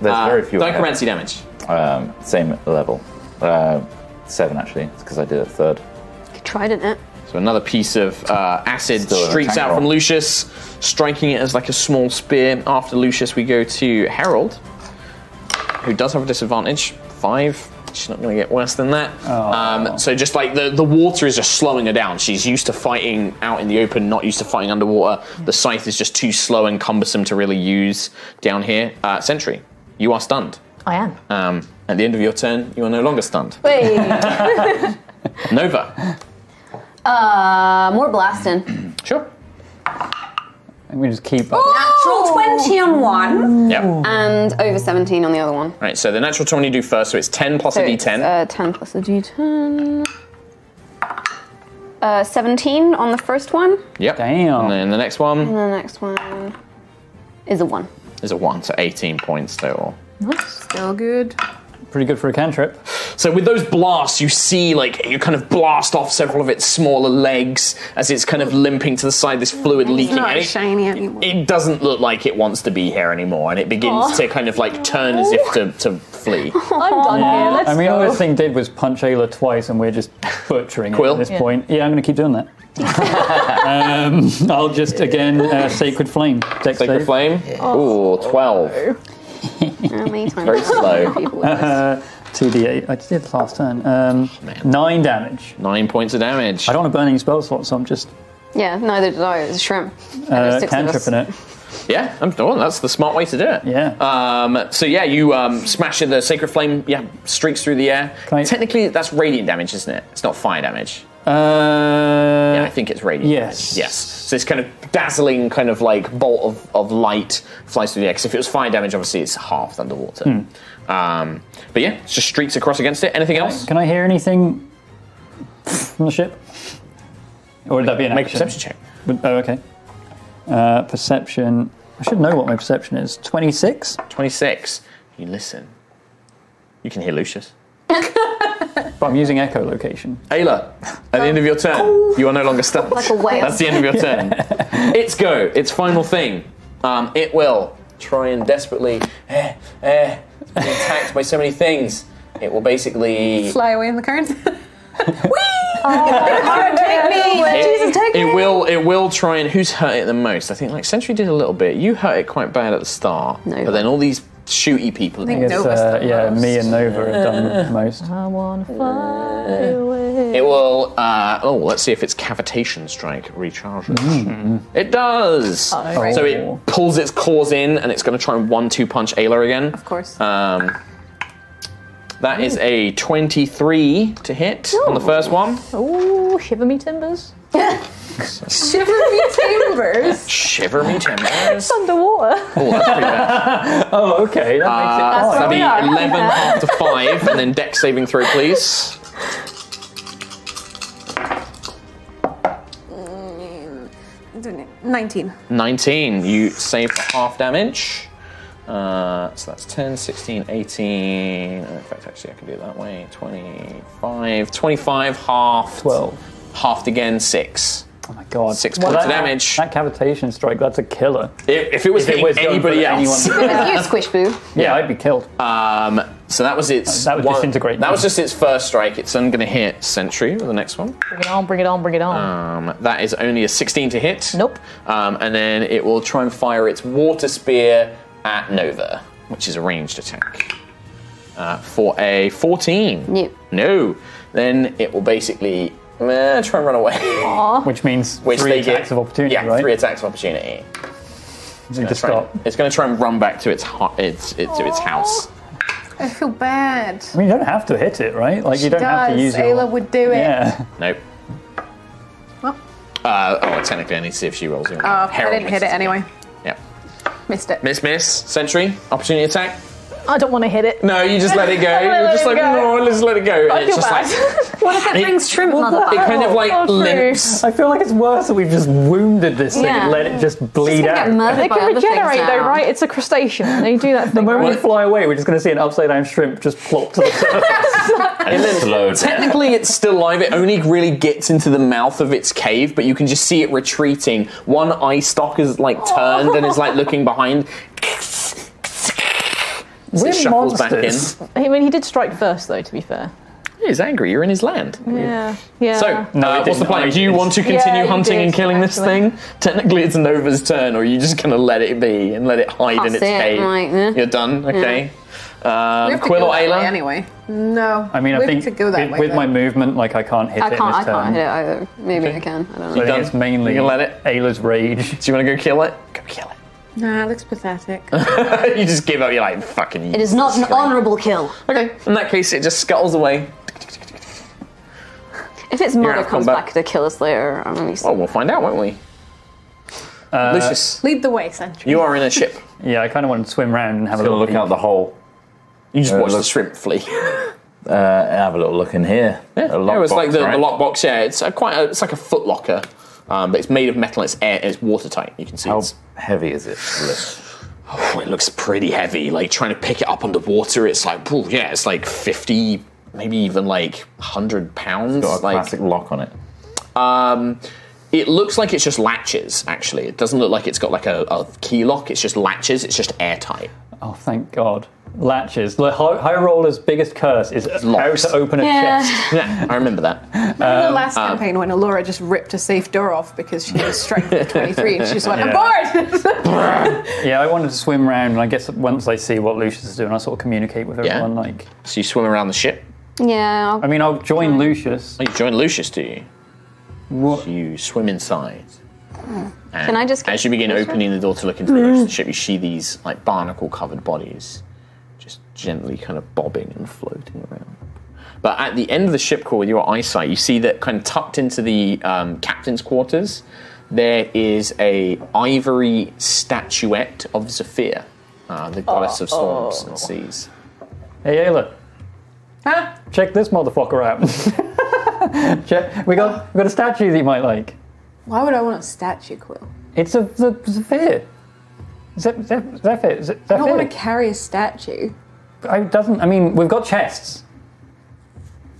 Speaker 4: There's
Speaker 1: Uh,
Speaker 4: very few. I have.
Speaker 1: Dichromancy damage.
Speaker 4: Um, same level. Uh, seven actually. It's because I did it third.
Speaker 6: You tried it, it.
Speaker 1: So another piece of uh, acid
Speaker 4: Still an
Speaker 1: streaks
Speaker 4: attack
Speaker 1: out from
Speaker 4: roll.
Speaker 1: Lucius, striking it as like a small spear. After Lucius, we go to Harold, who does have a disadvantage. Five. She's not going to get worse than that.
Speaker 4: Oh.
Speaker 1: Um, so just like the, the water is just slowing her down. She's used to fighting out in the open, not used to fighting underwater. The scythe is just too slow and cumbersome to really use down here. Uh, Sentry, you are stunned.
Speaker 2: I am.
Speaker 1: Um, at the end of your turn, you are no longer stunned.
Speaker 6: Hey.
Speaker 1: Nova.
Speaker 6: uh, more blasting.
Speaker 1: Sure.
Speaker 3: And we just keep.
Speaker 6: Oh. Natural 20 on one.
Speaker 1: Yeah.
Speaker 6: And over 17 on the other one.
Speaker 1: Right, so the natural 20 you do first, so it's 10 plus
Speaker 6: So
Speaker 1: a
Speaker 6: it's,
Speaker 1: d10.
Speaker 6: Uh, 10 plus a d10. Uh, 17 on the first one.
Speaker 1: yep.
Speaker 3: Damn.
Speaker 6: Mm-hmm.
Speaker 1: And then the next one,
Speaker 6: The next one. is a one.
Speaker 1: Is a one, so 18 points total.
Speaker 5: Still good.
Speaker 3: Pretty good for a cantrip.
Speaker 1: So with those blasts, you see like you kind of blast off several of its smaller legs as it's kind of limping to the side. This fluid
Speaker 6: Mm-hmm.
Speaker 1: leaking.
Speaker 5: not
Speaker 1: and it-
Speaker 5: shiny anymore.
Speaker 1: It doesn't look like it wants to be here anymore, and it begins to kind of like turn as if to, to flee.
Speaker 2: I'm done here. Let's
Speaker 3: I mean, all
Speaker 2: go.
Speaker 3: this thing did was punch Ayla twice, and we're just butchering it
Speaker 1: Quill?
Speaker 3: at this
Speaker 1: Yeah.
Speaker 3: point. Yeah, I'm going to keep doing that. um, I'll just again uh, sacred flame. Dex
Speaker 1: Sacred
Speaker 3: save.
Speaker 1: flame. Ooh, twelve.
Speaker 6: How many times?
Speaker 1: Very slow.
Speaker 6: People with this.
Speaker 3: Uh, 2d8. I just did the last turn. Um,
Speaker 1: Man.
Speaker 3: nine damage.
Speaker 1: Nine points of damage.
Speaker 3: I don't want to burn any spell slots, so I'm just
Speaker 6: yeah, neither did I. It was a shrimp. And there were
Speaker 3: uh,
Speaker 6: six of us.
Speaker 3: cantripping it.
Speaker 1: Yeah, I'm, oh, that's the smart way to do it.
Speaker 3: Yeah.
Speaker 1: Um, so yeah, you um, smash it. The sacred flame, yeah, streaks through the air.
Speaker 3: Can I-
Speaker 1: Technically, that's radiant damage, isn't it? It's not fire damage.
Speaker 3: Uh,
Speaker 1: Yeah, I think it's radiant.
Speaker 3: yes.
Speaker 1: damage. Yes. So this kind of dazzling, kind of like bolt of, of light flies through the air. 'Cause if it was fire damage, obviously it's halved underwater.
Speaker 3: Hmm.
Speaker 1: Um, but yeah, it's just streaks across against it. Anything else?
Speaker 3: Can I hear anything from the ship? Or would that be an
Speaker 1: Make a
Speaker 3: action?
Speaker 1: perception check.
Speaker 3: Would- Oh, okay. Uh, perception. I should know what my perception is. Twenty-six.
Speaker 1: 26. You listen. You can hear Lucius.
Speaker 3: But I'm using echolocation.
Speaker 1: Ayla, at the end of your turn, you are no longer stunned.
Speaker 6: Oh. Like a whale.
Speaker 1: That's the end of your turn. it's go. It's final thing. Um, it will try and desperately. Eh, eh, it's been attacked by so many things. It will basically.
Speaker 5: Fly away in the current.
Speaker 3: Oh.
Speaker 1: It, it will. It will try and who's hurt it the most. I think like Century did a little bit. You hurt it quite bad at the start,
Speaker 6: No.
Speaker 1: but then all these shooty people.
Speaker 5: think
Speaker 3: Yes,
Speaker 5: Nova's
Speaker 3: uh,
Speaker 5: the
Speaker 3: yeah, me and Nova have
Speaker 6: Uh.
Speaker 3: done the most.
Speaker 2: I want to fly away.
Speaker 1: It will. Uh, oh, let's see if it's cavitation strike recharges. It does.
Speaker 2: Oh.
Speaker 1: So it pulls its claws in, and it's going to try and one-two punch Ayla again. Of
Speaker 5: course.
Speaker 1: Um, that is a twenty-three to hit on the first one.
Speaker 2: Ooh, shiver me timbers.
Speaker 7: Shiver me timbers.
Speaker 1: Shiver me timbers.
Speaker 2: Underwater.
Speaker 1: Oh, that's pretty bad.
Speaker 3: Oh, okay. That
Speaker 1: Uh,
Speaker 3: makes it
Speaker 1: that'd
Speaker 3: fine.
Speaker 1: be
Speaker 6: are.
Speaker 1: eleven half to five, and then deck saving throw, please.
Speaker 5: Nineteen.
Speaker 1: 19. You save for half damage. Uh, so that's 10, 16, 18. In fact, actually, I can do it that way. 25, 25, half.
Speaker 3: Twelve.
Speaker 1: Halved again, six.
Speaker 3: Oh my god.
Speaker 1: Six points of
Speaker 3: that-
Speaker 1: damage.
Speaker 3: That cavitation strike. That's a killer.
Speaker 1: If, if it was
Speaker 3: If it
Speaker 1: hitting
Speaker 3: was going
Speaker 1: anybody
Speaker 3: for
Speaker 1: else.
Speaker 3: anyone-
Speaker 6: you squish boo.
Speaker 3: Yeah, I'd be killed.
Speaker 1: Um, so that was its.
Speaker 3: That would disintegrate
Speaker 1: That
Speaker 3: me.
Speaker 1: was just its first strike. It's then going to hit Sentry with the next one.
Speaker 2: Bring it on, bring it on, bring it on.
Speaker 1: Um, that is only a 16 to hit.
Speaker 2: Nope.
Speaker 1: Um, and then it will try and fire its water spear at Nova, which is a ranged attack. Uh, for a 14.
Speaker 6: No.
Speaker 1: No. Then it will basically eh, try and run away.
Speaker 3: Which means
Speaker 1: Which
Speaker 3: three
Speaker 1: they get-
Speaker 3: attacks of opportunity,
Speaker 1: Yeah,
Speaker 3: right?
Speaker 1: three attacks of opportunity.
Speaker 3: Need to
Speaker 1: It's trying-
Speaker 3: stop.
Speaker 1: It's going to try and run back to its hu- its, its to its house.
Speaker 5: I feel bad.
Speaker 3: I mean, you don't have to hit it, right? Like you don't have to
Speaker 5: Does
Speaker 3: use
Speaker 5: Ayla
Speaker 3: your.
Speaker 5: would do it?
Speaker 3: Yeah.
Speaker 1: Nope.
Speaker 5: Well,
Speaker 1: Uh, oh, technically, I need to see if she rolls in.
Speaker 5: oh, I didn't hit it anyway.
Speaker 1: Yep.
Speaker 5: Missed it.
Speaker 1: Miss, miss, sentry, opportunity attack.
Speaker 2: I don't want to hit it.
Speaker 1: No, you just let it go. You're just
Speaker 2: it
Speaker 1: like,
Speaker 2: go.
Speaker 1: no, let's let it go.
Speaker 2: I
Speaker 1: And it's
Speaker 2: feel
Speaker 1: just
Speaker 2: bad.
Speaker 1: like,
Speaker 6: What if it brings shrimp,
Speaker 1: It
Speaker 6: motherfucker?
Speaker 1: kind of like
Speaker 2: Oh, true.
Speaker 1: limps.
Speaker 3: I feel like it's worse that we've just wounded this thing
Speaker 6: Yeah.
Speaker 3: and let it just bleed
Speaker 6: It's gonna get
Speaker 3: out.
Speaker 6: murdered
Speaker 2: They
Speaker 6: by
Speaker 2: can
Speaker 6: other things
Speaker 2: regenerate though,
Speaker 6: now.
Speaker 2: right? It's a crustacean. They do that thing.
Speaker 3: When we
Speaker 2: right?
Speaker 3: fly away, we're just going to see an upside down shrimp just plop to the surface.
Speaker 4: And slow down.
Speaker 1: Technically, it's still alive. It only really gets into the mouth of its cave, but you can just see it retreating. One eye stalk is like turned and is like looking behind.
Speaker 3: we're
Speaker 1: shuffles back
Speaker 3: back
Speaker 2: I mean, he did strike first though. To be fair.
Speaker 1: He's angry. You're in his land.
Speaker 2: Yeah. Yeah.
Speaker 1: So,
Speaker 3: No,
Speaker 1: uh,
Speaker 3: it
Speaker 1: what's the
Speaker 3: didn't. I
Speaker 1: plan? Do you
Speaker 3: did.
Speaker 1: want to continue
Speaker 2: Yeah, you
Speaker 1: hunting
Speaker 2: did,
Speaker 1: and killing
Speaker 2: actually.
Speaker 1: this thing? Technically, it's Nova's turn, or are you just going to let it be and let it hide in
Speaker 6: That's
Speaker 1: its
Speaker 6: it,
Speaker 1: cave?
Speaker 6: like, eh.
Speaker 1: You're done. Okay.
Speaker 5: We
Speaker 1: Um,
Speaker 5: have to
Speaker 1: Quill
Speaker 5: go
Speaker 1: or
Speaker 5: that
Speaker 1: Ayla?
Speaker 5: way anyway. No.
Speaker 3: I mean,
Speaker 5: we
Speaker 3: I think
Speaker 5: have to go that
Speaker 3: with,
Speaker 5: way.
Speaker 3: with my
Speaker 5: though.
Speaker 3: movement, like I can't hit
Speaker 6: I
Speaker 3: it in
Speaker 6: can't.
Speaker 3: this
Speaker 6: I
Speaker 3: turn.
Speaker 6: can't hit it either. Maybe I can. I don't know.
Speaker 3: I think
Speaker 1: Done.
Speaker 3: it's mainly
Speaker 1: You gonna let it?
Speaker 3: Ayla's rage.
Speaker 1: Do you want to go kill it? Go kill
Speaker 5: Nah, it looks pathetic.
Speaker 1: it. you just give up. You're like fucking.
Speaker 6: It is not an honourable kill.
Speaker 1: Okay. In that case, it just scuttles away.
Speaker 6: If its
Speaker 1: out
Speaker 6: mother
Speaker 1: of
Speaker 6: comes
Speaker 1: combat.
Speaker 6: back to kill us later, I'm gonna be
Speaker 1: Oh, Well, we'll find out, won't we?
Speaker 4: Uh,
Speaker 1: Lucius,
Speaker 7: Lead the way, Sentry.
Speaker 1: you are in a ship.
Speaker 3: Yeah, I kind of want to swim around and have a
Speaker 4: Gonna
Speaker 3: little
Speaker 4: look
Speaker 3: peek.
Speaker 4: out the hole
Speaker 1: You just
Speaker 4: Uh,
Speaker 1: watch the
Speaker 4: look-
Speaker 1: shrimp flee.
Speaker 4: uh, and have a little look in here. A
Speaker 1: it was
Speaker 4: lockbox,
Speaker 1: like the,
Speaker 4: right?
Speaker 1: the lockbox. Yeah, it's a, quite. A, it's like a foot
Speaker 4: Oh,
Speaker 1: locker, um, but it's made of metal. It's air. It's watertight. You can see.
Speaker 4: How
Speaker 1: It's,
Speaker 4: heavy is it? Liz?
Speaker 1: oh, it looks pretty heavy. Like trying to pick it up underwater, it's like, oh, yeah, it's like 50, maybe even like 100 pounds.
Speaker 4: Got a
Speaker 1: like,
Speaker 4: classic lock on it.
Speaker 1: um, it looks like it's just latches, actually. It doesn't look like it's got like a, a key lock. It's just latches. It's just airtight.
Speaker 3: Oh, thank God. Latches. The high, high roller's biggest curse is
Speaker 1: Locks.
Speaker 3: how to open a
Speaker 6: Yeah.
Speaker 3: chest.
Speaker 1: Yeah, I remember that.
Speaker 5: the last campaign when Alora just ripped a safe door off because she was strength of 23 and she just went,
Speaker 3: Yeah.
Speaker 5: I'm bored!
Speaker 3: Yeah, I wanted to swim around, and I guess once I see what Lucius is doing, I sort of communicate with
Speaker 1: Yeah.
Speaker 3: everyone. Like,
Speaker 1: So you swim around the ship.
Speaker 6: Yeah. I'll-
Speaker 3: I mean, I'll join Lucius.
Speaker 1: Oh, you join Lucius, do you?
Speaker 3: What?
Speaker 1: You swim inside. And
Speaker 6: Hmm. Can I just get
Speaker 1: As you begin
Speaker 6: closer?
Speaker 1: opening the door to look into the
Speaker 3: Mm.
Speaker 1: rest of the ship, you see these like barnacle-covered bodies, just gently kind of bobbing and floating around. But at the end of the ship core, with your eyesight, you see that kind of tucked into the um, captain's quarters, there is a ivory statuette of Zephyr, uh, the goddess of
Speaker 6: Oh.
Speaker 1: storms and seas.
Speaker 3: Hey, Ayla. Check this motherfucker out. Check. We got we got a statue that you might like.
Speaker 7: Why would I want a statue quill?
Speaker 3: It's a the Zephyr. Zep, Zep, Zephyr. Zep,
Speaker 7: I don't want to
Speaker 3: Zephyr.
Speaker 7: carry a statue.
Speaker 3: I doesn't. I mean, we've got chests.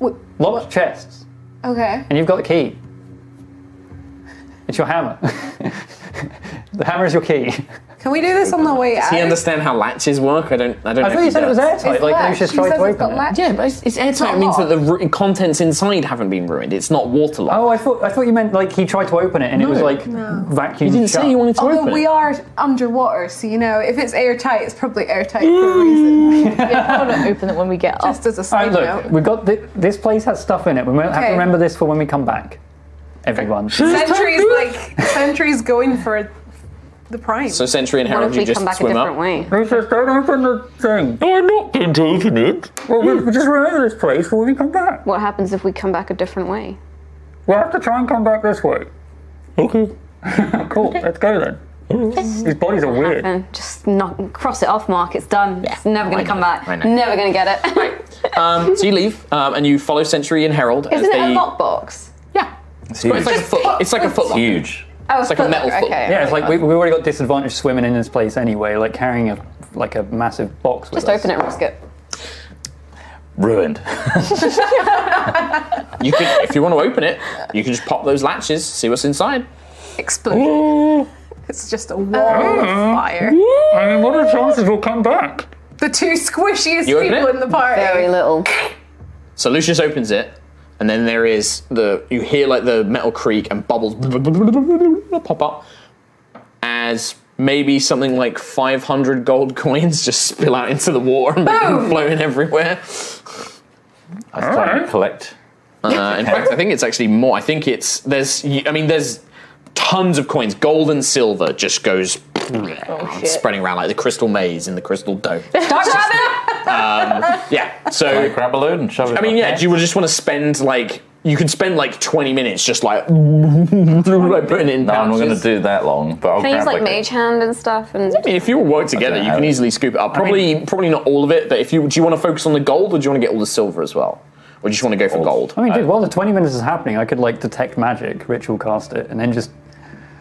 Speaker 7: Wh-
Speaker 3: Locked chests.
Speaker 7: Okay.
Speaker 3: And you've got the key. It's your hammer. the hammer is your key.
Speaker 5: Can we do this on the way out?
Speaker 1: Do you understand how latches work? I don't. I don't. know
Speaker 3: I thought
Speaker 1: if
Speaker 3: you
Speaker 1: he
Speaker 3: said it was
Speaker 1: does.
Speaker 3: airtight. Like Lucius
Speaker 7: She
Speaker 3: tried
Speaker 7: says
Speaker 3: to
Speaker 7: it's got
Speaker 3: open it.
Speaker 7: latch-
Speaker 1: Yeah, but it's, it's airtight. It means that the ru- contents inside haven't been ruined. It's not waterlogged.
Speaker 3: Oh, I thought I thought you meant like he tried to open it and it was
Speaker 1: No.
Speaker 3: like vacuum.
Speaker 6: Oh,
Speaker 1: you didn't
Speaker 3: shut.
Speaker 1: say you wanted to
Speaker 5: Although
Speaker 1: open
Speaker 5: Oh, we
Speaker 1: it.
Speaker 5: are underwater, so you know, if it's airtight, it's probably airtight for a reason.
Speaker 2: I want to open it when we get up.
Speaker 5: Just as a
Speaker 3: All right,
Speaker 5: side
Speaker 3: look,
Speaker 5: note.
Speaker 3: we got thi- this place has stuff in it. We might have to
Speaker 5: Okay.
Speaker 3: remember this for when we come back. Everyone.
Speaker 5: Sentry's like, Sentry's going for the prime.
Speaker 1: So Sentry and
Speaker 6: What if
Speaker 1: Harold, you
Speaker 6: we
Speaker 1: just
Speaker 6: come back a
Speaker 1: swim
Speaker 6: different
Speaker 1: up.
Speaker 6: way?
Speaker 3: Lucius, don't open the thing.
Speaker 8: No, I'm not going to open it.
Speaker 3: Well, we just remember this place for when we come back.
Speaker 6: What happens if we come back a different way?
Speaker 3: We'll have to try and come back this way.
Speaker 8: Okay.
Speaker 3: Cool, let's go then. These bodies
Speaker 1: Oh,
Speaker 3: are weird.
Speaker 6: And just knock, cross it off, Mark. It's done. It's never
Speaker 1: I
Speaker 6: gonna
Speaker 1: know,
Speaker 6: come back.
Speaker 1: I know.
Speaker 6: Never gonna get it.
Speaker 1: Um, so you leave um, and you follow Sentry and Harold. as
Speaker 6: Isn't it
Speaker 1: they,
Speaker 6: a lockbox?
Speaker 1: Yeah.
Speaker 4: It's huge.
Speaker 1: It's like a foot. It's like a foot. lock.
Speaker 4: huge.
Speaker 6: Oh,
Speaker 1: It's like a metal
Speaker 6: footlocker,
Speaker 1: foot.
Speaker 6: Okay.
Speaker 3: Yeah, it's like we, we already got disadvantaged swimming in this place anyway, like carrying a like a massive box with
Speaker 6: Just open it, risk it.
Speaker 4: Ruined.
Speaker 1: You could, if you want to open it, you can just pop those latches, see what's inside.
Speaker 5: Explosion. It's just a wall of fire.
Speaker 8: I mean, what are the chances we'll come back?
Speaker 5: The two squishiest
Speaker 1: You open
Speaker 5: people
Speaker 1: it?
Speaker 5: in the party.
Speaker 6: Very little.
Speaker 1: So Lucius opens it, and then there is the you hear like the metal creak and bubbles pop up as maybe something like 500 gold coins just spill out into the water and begin flowing everywhere.
Speaker 4: I was trying to collect.
Speaker 1: Uh, in fact, I think it's actually more. I think it's there's. I mean, there's tons of coins, gold and silver, just goes spreading around like the crystal maze in the crystal dome. Yeah. So
Speaker 4: Grab a load and shove it.
Speaker 1: I mean,
Speaker 4: up
Speaker 1: yeah.
Speaker 4: there.
Speaker 1: Do you would just want to spend like you could spend like 20 minutes just like like putting it in.
Speaker 4: No, I'm not
Speaker 1: pouches.
Speaker 4: going to do that long. But I'll
Speaker 6: Can I
Speaker 4: grab
Speaker 6: use like
Speaker 4: a-
Speaker 6: mage hand and stuff? And
Speaker 1: I mean, if you all work together,
Speaker 4: Okay,
Speaker 1: you can
Speaker 4: I-
Speaker 1: easily scoop it up. Probably, probably not all of it. But if you do, you want to focus on the gold, or do you want to get all the silver as well, or do you just want to go for gold?
Speaker 3: I mean, dude, while the 20 minutes is happening, I could like detect magic, ritual cast it, and then just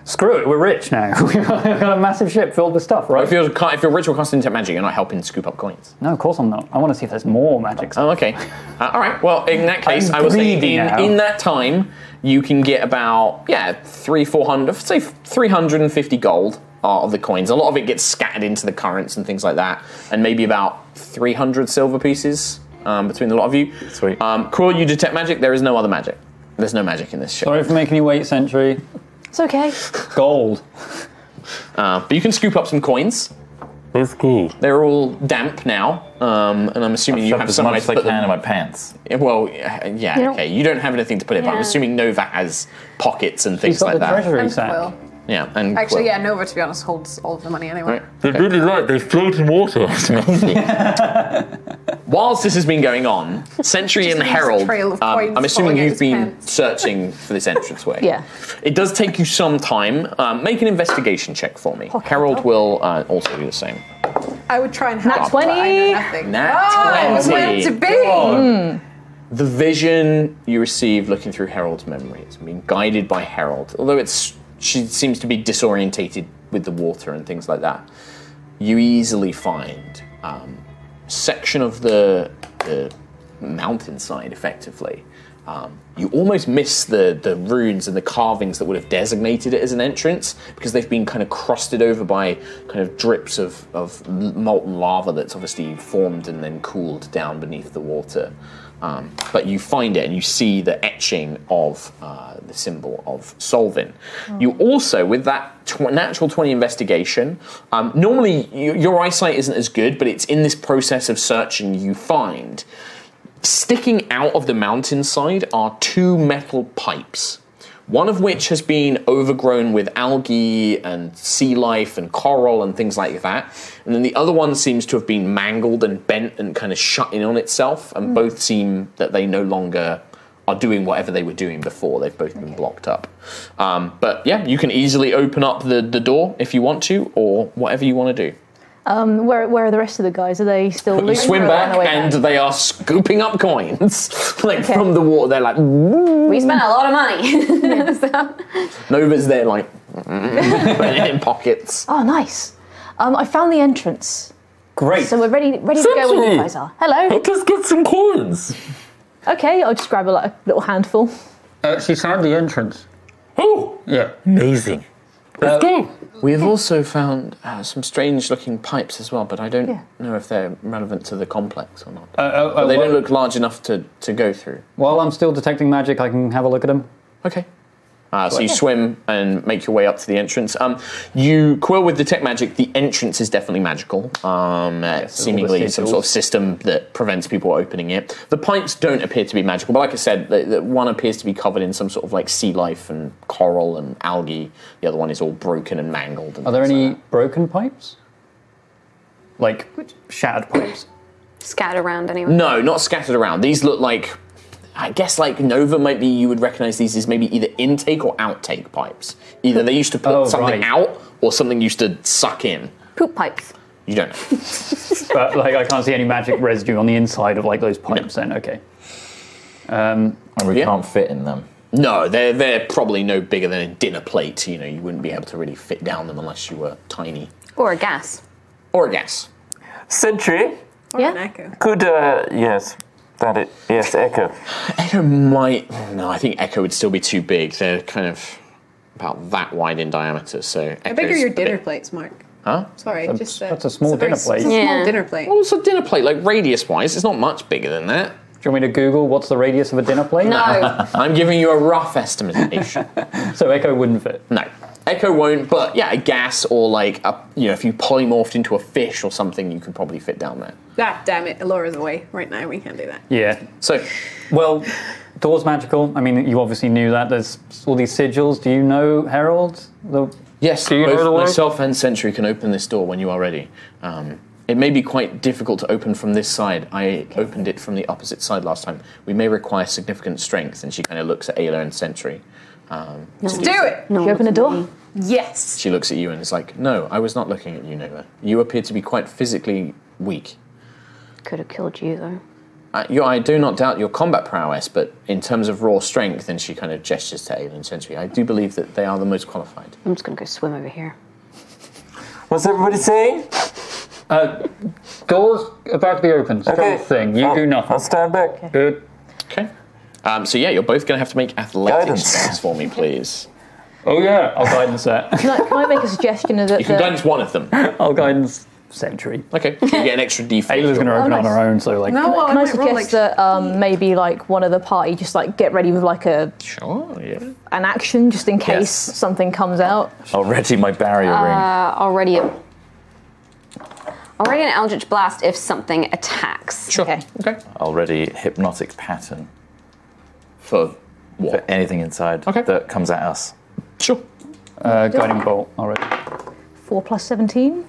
Speaker 3: screw it. We're rich now. We've got a massive ship filled with stuff, right?
Speaker 1: If you're ca- if you're ritual casting detect magic, you're not helping scoop up coins.
Speaker 3: No, of course I'm not. I want to see if there's more magic.
Speaker 1: Oh, okay. Uh, all right. Well, in that case,
Speaker 3: I'm
Speaker 1: I will say
Speaker 3: greedy
Speaker 1: in,
Speaker 3: now.
Speaker 1: in that time, you can get about yeah three, four hundred, say three hundred and fifty gold uh, of the coins. A lot of it gets scattered into the currents and things like that, and maybe about three hundred silver pieces um, between the lot of you.
Speaker 4: Sweet.
Speaker 1: Um, Crawl, you detect magic. There is no other magic. There's no magic in this ship.
Speaker 3: Sorry for making you wait, Sentry.
Speaker 2: It's okay.
Speaker 3: Gold.
Speaker 1: Uh, but you can scoop up some coins.
Speaker 8: That's cool.
Speaker 1: They're all damp now, um, and I'm assuming you
Speaker 4: Shove
Speaker 1: have
Speaker 4: as
Speaker 1: some
Speaker 4: much
Speaker 1: way
Speaker 4: as
Speaker 1: to
Speaker 4: I
Speaker 1: put them
Speaker 4: can in my pants.
Speaker 1: Yeah, Well, yeah, yeah,
Speaker 6: don't-
Speaker 1: okay. You don't have anything to put it, but I'm
Speaker 6: Yeah.
Speaker 1: assuming Nova has pockets and
Speaker 3: He's
Speaker 1: things
Speaker 3: got
Speaker 1: like
Speaker 3: the
Speaker 1: that.
Speaker 3: treasury
Speaker 5: And
Speaker 3: sack.
Speaker 5: Quill.
Speaker 1: Yeah, and
Speaker 5: Actually,
Speaker 1: Quill.
Speaker 5: yeah, Nova, to be honest, holds all of the money anyway.
Speaker 1: Right.
Speaker 8: They really like they float in water.
Speaker 1: Whilst this has been going on, Sentry and
Speaker 5: leaves a
Speaker 1: Herald. um,
Speaker 5: trail of coins
Speaker 1: I'm assuming
Speaker 5: falling out
Speaker 1: you've
Speaker 5: his
Speaker 1: been
Speaker 5: pants.
Speaker 1: searching for this entranceway.
Speaker 2: Yeah.
Speaker 1: It does take you some time. Um, make an investigation check for me. Harold will uh, also do the same.
Speaker 5: I would try and help.
Speaker 2: Nat
Speaker 5: but I
Speaker 2: 20.
Speaker 5: know nothing.
Speaker 1: Nat
Speaker 5: Oh, it was
Speaker 1: 20.
Speaker 5: meant to be.
Speaker 1: The vision you receive looking through Harold's memories, being guided by Harold, although it's she seems to be disorientated with the water and things like that. you easily find um, section of the, the mountainside, effectively. Um, you almost miss the, the runes and the carvings that would have designated it as an entrance because they've been kind of crusted over by kind of drips of, of l- molten lava that's obviously formed and then cooled down beneath the water. Um, but you find it and you see the etching of uh, the symbol of Solvin. You also, with that tw- natural 20 investigation, um, normally you, your eyesight isn't as good, but it's in this process of searching you find. Sticking out of the mountainside are two metal pipes, one of which has been overgrown with algae and sea life and coral and things like that. And then the other one seems to have been mangled and bent and kind of shut in on itself,
Speaker 2: Hmm.
Speaker 1: and both seem that they no longer are doing whatever they were doing before. They've both been blocked up. Um, but yeah, you can easily open up the, the door if you want to, or whatever you want to do.
Speaker 2: Um, where, where are the rest of the guys? Are they still
Speaker 1: You
Speaker 2: looting
Speaker 1: swim
Speaker 2: or are they on
Speaker 1: back,
Speaker 2: their way
Speaker 1: and they are scooping up coins like
Speaker 2: Okay.
Speaker 1: from the water. They're like,
Speaker 6: We spent a lot of money. so,
Speaker 1: Nova's there, like putting it in pockets.
Speaker 2: Oh, nice. Um, I found the entrance,
Speaker 3: Great.
Speaker 2: so we're ready ready to go where you
Speaker 8: Simpson.
Speaker 2: guys are. Hello.
Speaker 8: Let us get some coins.
Speaker 2: Okay, I'll just grab a like, little handful.
Speaker 8: Uh, she found the entrance. Oh, yeah. Amazing. Let's
Speaker 9: Uh,
Speaker 8: go.
Speaker 1: We have also found uh, some strange-looking pipes as well, but I don't
Speaker 2: Yeah.
Speaker 1: know if they're relevant to the complex or not.
Speaker 3: Uh, uh, uh,
Speaker 1: but they
Speaker 3: while,
Speaker 1: don't look large enough to, to go through.
Speaker 3: while I'm still detecting magic, I can have a look at them.
Speaker 1: Okay. Uh, so you swim and make your way up to the entrance. Um, you quill with detect magic. The entrance is definitely magical. Um, uh,
Speaker 3: the
Speaker 1: seemingly some sort of
Speaker 3: sigils.
Speaker 1: system that prevents people opening it. The pipes don't appear to be magical, but like I said, the, the one appears to be covered in some sort of like sea life and coral and algae. The other one is all broken and mangled. And
Speaker 3: Are there
Speaker 1: things
Speaker 3: any
Speaker 1: like
Speaker 3: broken pipes? Like shattered pipes?
Speaker 6: scat around anyway.
Speaker 1: that. no, not scattered around. These look like. I guess like Nova might be you would recognize these as maybe either intake or outtake pipes. Either they used to put
Speaker 3: Oh,
Speaker 1: something
Speaker 3: right.
Speaker 1: out or something used to suck in.
Speaker 2: Mm.
Speaker 6: Poop pipes.
Speaker 1: You don't know.
Speaker 3: but like I can't see any magic residue on the inside of like those pipes. Then okay. Um,
Speaker 4: And we
Speaker 1: Yeah.
Speaker 4: can't fit in them.
Speaker 1: No, they're they're probably no bigger than a dinner plate. You know, you wouldn't be able to really fit down them unless you were tiny
Speaker 6: Or a gas.
Speaker 1: or a gas.
Speaker 9: Sentry,
Speaker 5: An echo.
Speaker 9: could, uh, yes, that it, yes, Echo.
Speaker 1: Echo might. No, I think Echo would still be too big. They're kind of about that wide in diameter. So
Speaker 5: How big are your dinner plates, Mark?
Speaker 1: Huh?
Speaker 5: Sorry, just uh,
Speaker 3: that's a small
Speaker 5: it's very
Speaker 3: dinner
Speaker 5: s-
Speaker 3: plate.
Speaker 5: It's a
Speaker 6: Yeah.
Speaker 5: small dinner plate.
Speaker 1: Well, it's a dinner plate, like radius wise. It's not much bigger than that.
Speaker 3: do you want me to Google what's the radius of a dinner plate?
Speaker 5: Oh.
Speaker 6: No.
Speaker 1: I'm giving you a rough estimation.
Speaker 3: So Echo wouldn't fit.
Speaker 1: no, Echo won't. But yeah, a gas or like a you know, if you polymorphed into a fish or something, you could probably fit down there.
Speaker 5: Ah, damn it! Alora's away right now. We can't do that.
Speaker 3: Yeah.
Speaker 1: So
Speaker 3: Well, doors magical. I mean, you obviously knew that. There's all these sigils. Do you know Herald? The
Speaker 1: Yes,
Speaker 3: you know the
Speaker 1: both
Speaker 3: way?
Speaker 1: myself and Sentry can open this door when you are ready. Um, it may be quite difficult to open from this side. I opened it from the opposite side last time. We may require significant strength. And she kind of looks at Ayla and Sentry. Um, to
Speaker 5: Do it.
Speaker 2: you open the door?
Speaker 5: Yes.
Speaker 1: She looks at you and is like, No, I was not looking at you, Nova. You appear to be quite physically weak.
Speaker 6: Could have killed you though.
Speaker 1: I, you, I do not doubt your combat prowess, but in terms of raw strength, and she kind of gestures to Ayla and Sentry, I do believe that they are the most qualified.
Speaker 6: I'm just gonna go swim over here.
Speaker 9: What's everybody saying?
Speaker 3: doors about to be opened.
Speaker 9: Okay.
Speaker 3: Thing. You
Speaker 9: I'll-
Speaker 3: do nothing.
Speaker 9: I'll stand back.
Speaker 3: Good.
Speaker 1: Okay. Um, so, yeah, you're both going to have to make athletics
Speaker 9: Guidance.
Speaker 1: checks for me, please.
Speaker 3: Oh yeah. I'll guidance that.
Speaker 2: Can I, can I make a suggestion that
Speaker 1: You can
Speaker 2: the-
Speaker 1: guidance one of them.
Speaker 3: I'll guidance Sentry.
Speaker 1: Okay. You Oh, get an extra D4.
Speaker 3: Ayla's going to open on
Speaker 2: nice.
Speaker 3: her own. So like.
Speaker 5: No, well,
Speaker 2: can I,
Speaker 5: might roll
Speaker 2: suggest
Speaker 5: like-
Speaker 2: that um, maybe like one of the party just like get ready with like a
Speaker 1: Sure, yeah.
Speaker 2: an action just in case
Speaker 1: Yes.
Speaker 2: something comes out?
Speaker 4: Already my barrier ring.
Speaker 6: Uh, already a. Already an Eldritch Blast if something attacks.
Speaker 1: Sure.
Speaker 2: Okay.
Speaker 1: Okay.
Speaker 4: Already hypnotic pattern.
Speaker 1: For
Speaker 4: For
Speaker 1: what?
Speaker 4: anything inside
Speaker 1: Okay.
Speaker 4: that comes at us.
Speaker 1: Sure.
Speaker 3: Uh, guiding bolt already.
Speaker 2: Four plus seventeen.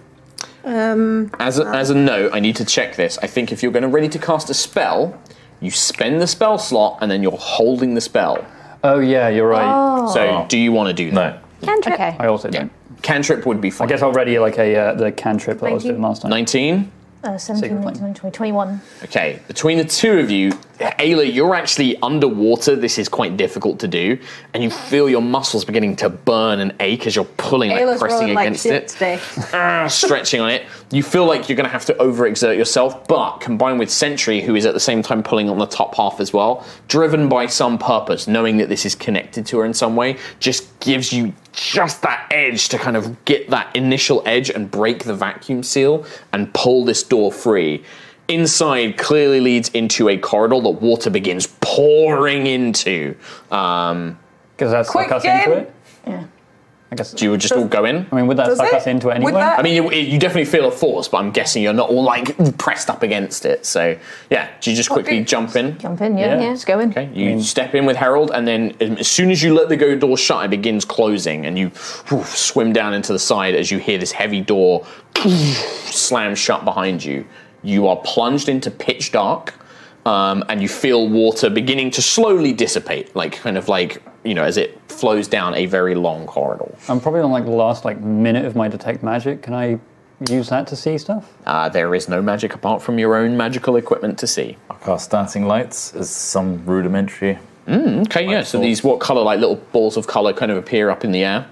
Speaker 5: Um,
Speaker 1: As a, as a note, I need to check this. I think if you're going to ready to cast a spell, you spend the spell slot and then you're holding the spell.
Speaker 3: Oh yeah, you're right.
Speaker 2: Oh,
Speaker 1: So do you want to do that?
Speaker 4: No.
Speaker 6: Cantrip.
Speaker 2: Okay.
Speaker 3: I also don't.
Speaker 1: Cantrip would be fine.
Speaker 3: I guess already like a uh, the cantrip that I was doing last time.
Speaker 1: 19?
Speaker 2: Uh, 17,
Speaker 3: Sacred
Speaker 2: 19,
Speaker 3: flame.
Speaker 2: 20, 21.
Speaker 1: Okay, between the two of you, Ayla, you're actually underwater. This is quite difficult to do, and you feel your muscles beginning to burn and ache as you're pulling, like
Speaker 5: Ayla's
Speaker 1: pressing
Speaker 5: rolling like
Speaker 1: against
Speaker 5: shit
Speaker 1: it.
Speaker 5: today.
Speaker 1: Ah, stretching on it. You feel like you're going to have to overexert yourself, but combined with Sentry, who is at the same time pulling on the top half as well, driven by some purpose, knowing that this is connected to her in some way, just gives you just that edge to kind of get that initial edge and break the vacuum seal and pull this door free. Inside clearly leads into a corridor that water begins pouring into. Um,
Speaker 3: Because that
Speaker 5: Quick
Speaker 3: suck us
Speaker 5: game.
Speaker 3: into it.
Speaker 2: Yeah.
Speaker 3: I guess.
Speaker 1: do you would just all go in?
Speaker 3: I mean, would that
Speaker 5: Does
Speaker 3: suck
Speaker 5: it?
Speaker 3: us into it anyway?
Speaker 5: Would that-
Speaker 1: I mean, you, you definitely feel a force, but I'm guessing you're not all like pressed up against it. So, yeah, do you just quickly
Speaker 5: Okay.
Speaker 1: jump in?
Speaker 2: Jump in, yeah.
Speaker 3: Yeah.
Speaker 2: Let's go in.
Speaker 1: Okay, you step in with Harold, and then um, as soon as you let the go door shut, it begins closing, and you whew, swim down into the side as you hear this heavy door slam shut behind you. You are plunged into pitch dark, um, and you feel water beginning to slowly dissipate, like kind of like you know as it flows down a very long corridor.
Speaker 3: I'm probably on like the last like minute of my detect magic. Can I use that to see stuff?
Speaker 1: Uh, there is no magic apart from your own magical equipment to see.
Speaker 4: I'll cast dancing lights as some rudimentary.
Speaker 1: Okay, yeah. So
Speaker 4: balls.
Speaker 1: these what color like little balls of color kind of appear up in the air.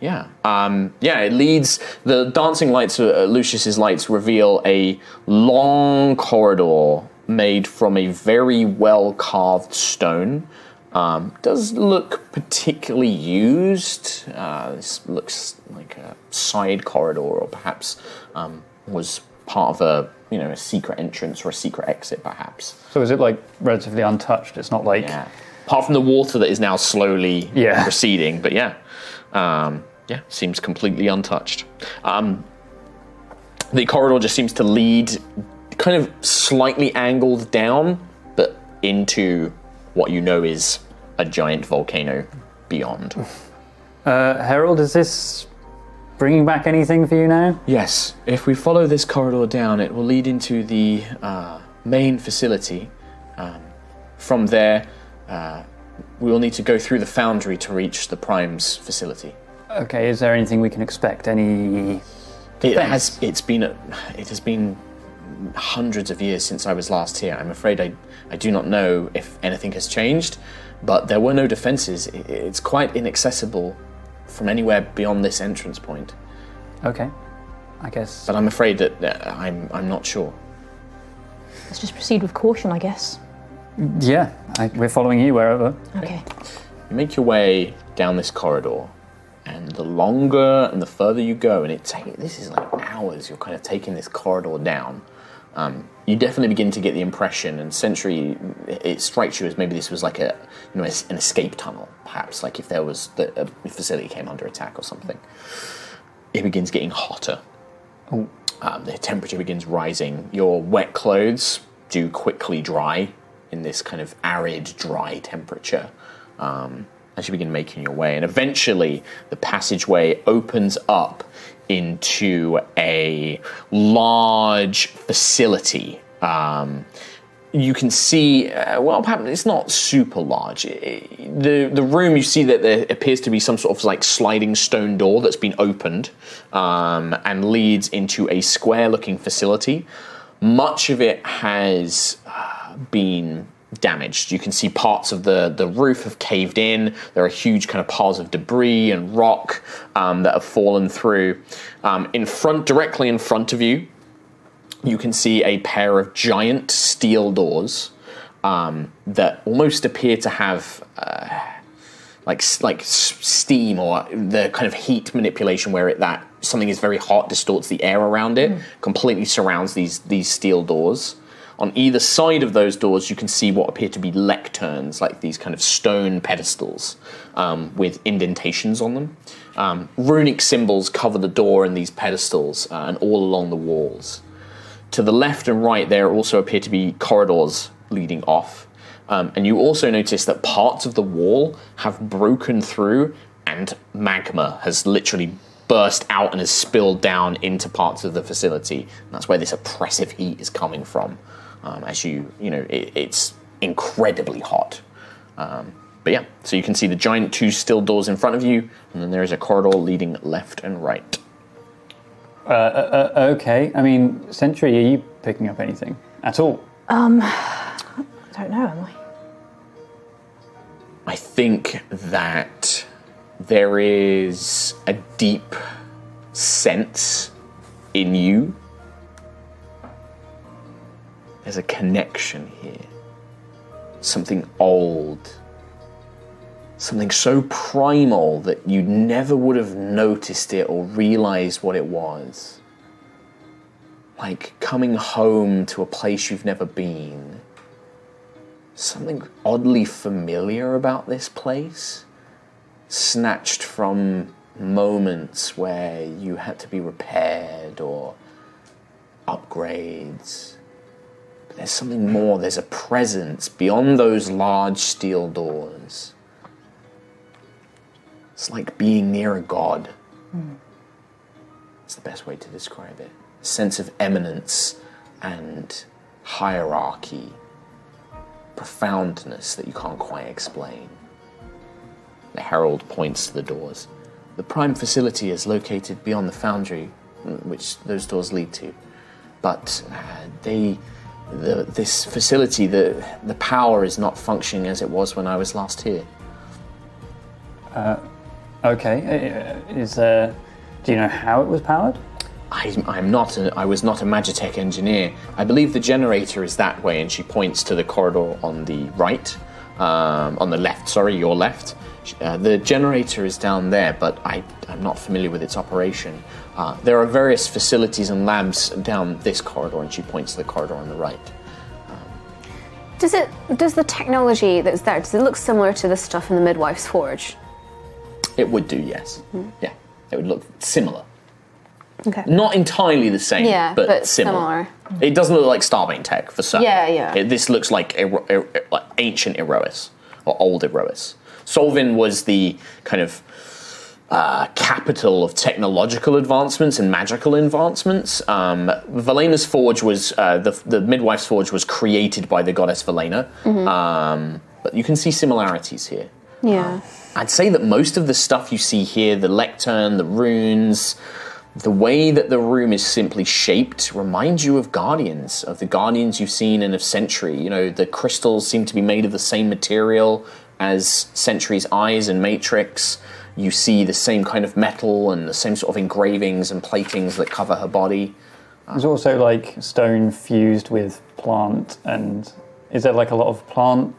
Speaker 1: Yeah, um, yeah. It leads the dancing lights. Uh, Lucius's lights reveal a long corridor made from a very well carved stone. Um, does look particularly used. Uh, this looks like a side corridor, or perhaps um, was part of a you know a secret entrance or a secret exit, perhaps.
Speaker 3: So is it like relatively untouched? It's not like
Speaker 1: Yeah. Apart from the water that is now slowly
Speaker 3: Yeah.
Speaker 1: receding, but yeah, um, yeah, seems completely untouched. Um, the corridor just seems to lead, kind of slightly angled down, but into what you know is a giant volcano beyond.
Speaker 3: uh, Harold. Is this bringing back anything for you now?
Speaker 1: Yes, if we follow this corridor down, it will lead into the uh, main facility. Um, from there, uh, we will need to go through the foundry to reach the Prime's facility.
Speaker 3: Okay. Is there anything we can expect? Any?
Speaker 1: It
Speaker 3: Thanks.
Speaker 1: has. It's been. A, it has been hundreds of years since I was last here. I'm afraid I. I do not know if anything has changed, but there were no defenses. I- It's quite inaccessible from anywhere beyond this entrance point.
Speaker 3: Okay. I guess.
Speaker 1: But I'm afraid that uh, I'm. I'm not sure.
Speaker 2: Let's just proceed with caution, I guess.
Speaker 3: Yeah. I, we're following you wherever.
Speaker 2: Okay.
Speaker 1: You make your way down this corridor, and the longer and the further you go, and it take this is like hours. You're kind of taking this corridor down. Um, you definitely begin to get the impression, and Century, it strikes you as maybe this was like a, you know, an escape tunnel, perhaps like if there was the, a facility came under attack or something. It begins getting hotter. Um, the temperature begins rising. Your wet clothes do quickly dry in this kind of arid, dry temperature um, as you begin making your way. And eventually, the passageway opens up into a large facility. Um, you can see uh, well perhaps it's not super large I- I- the the room you see that there appears to be some sort of like sliding stone door that's been opened um, and leads into a square looking facility much of it has uh, been damaged you can see parts of the the roof have caved in there are huge kind of piles of debris and rock um, that have fallen through um, in front directly in front of you you can see a pair of giant steel doors um, that almost appear to have uh, like like s- steam or the kind of heat manipulation where it that something is very hot distorts the air around it completely surrounds these these steel doors on either side of those doors you can see what appear to be lecterns like these kind of stone pedestals um, with indentations on them um, runic symbols cover the door and these pedestals uh, and all along the walls to the left and right, there also appear to be corridors leading off. Um, and you also notice that parts of the wall have broken through and magma has literally burst out and has spilled down into parts of the facility. And that's where this oppressive heat is coming from. Um, as you, you know, it, it's incredibly hot. Um, but yeah, so you can see the giant two steel doors in front of you, and then there is a corridor leading left and right.
Speaker 3: Uh, uh, uh, okay. I mean, Sentry, are you picking up anything at all?
Speaker 2: I don't know, am I?
Speaker 1: I think that there is a deep sense in you. There's a connection here. Something old. Something so primal that you never would have noticed it or realized what it was. Like coming home to a place you've never been something oddly familiar about this place, snatched from moments where you had to be repaired or upgrades. But there's something more, there's a presence beyond those large steel doors. It's like being near a god. It's the best way to describe it. A sense of eminence and hierarchy profoundness that you can't quite explain. The herald points to the doors. The prime facility is located beyond the foundry, mm, which those doors lead to. But uh, they, the, this facility, the, the power is not functioning as it was when I was last here.
Speaker 3: Okay. Uh, Is uh, do you know how it was powered?
Speaker 1: I, I'm not. A, I was not a magitech engineer. I believe the generator is that way, and she points to the corridor on the right, um, on the left. Sorry, your left. Sh- Uh, the generator is down there, but I, I'm not familiar with its operation. Uh, there are various facilities and labs down this corridor, and she points to the corridor on the right.
Speaker 6: Does it? Does the technology that's there? Does it look similar to the stuff in the midwife's forge?
Speaker 1: It would do, yes. Yeah, it would look similar.
Speaker 6: Hmm. Okay.
Speaker 1: Not entirely the same,
Speaker 6: Yeah,
Speaker 1: but,
Speaker 6: but
Speaker 1: similar. It doesn't look like Starbane tech for certain.
Speaker 6: Yeah, yeah.
Speaker 1: It- this looks like, Ero- Er- Er- like ancient Erois or old Erois. Solvin was the kind of uh, capital of technological advancements and magical advancements. Um, Valena's forge was uh, the, the midwife's forge was created by the goddess Valena.
Speaker 6: Mm-hmm.
Speaker 1: Um, but you can see similarities here.
Speaker 6: Yeah.
Speaker 1: I'd say that most of the stuff you see here the lectern, the runes, the way that the room is simply shaped reminds you of guardians, of the guardians you've seen and of Sentry. You know, the crystals seem to be made of the same material as Sentry's eyes and Matrix. You see the same kind of metal and the same sort of engravings and platings that cover her body.
Speaker 3: There's also like stone fused with plant, and is there like a lot of plant?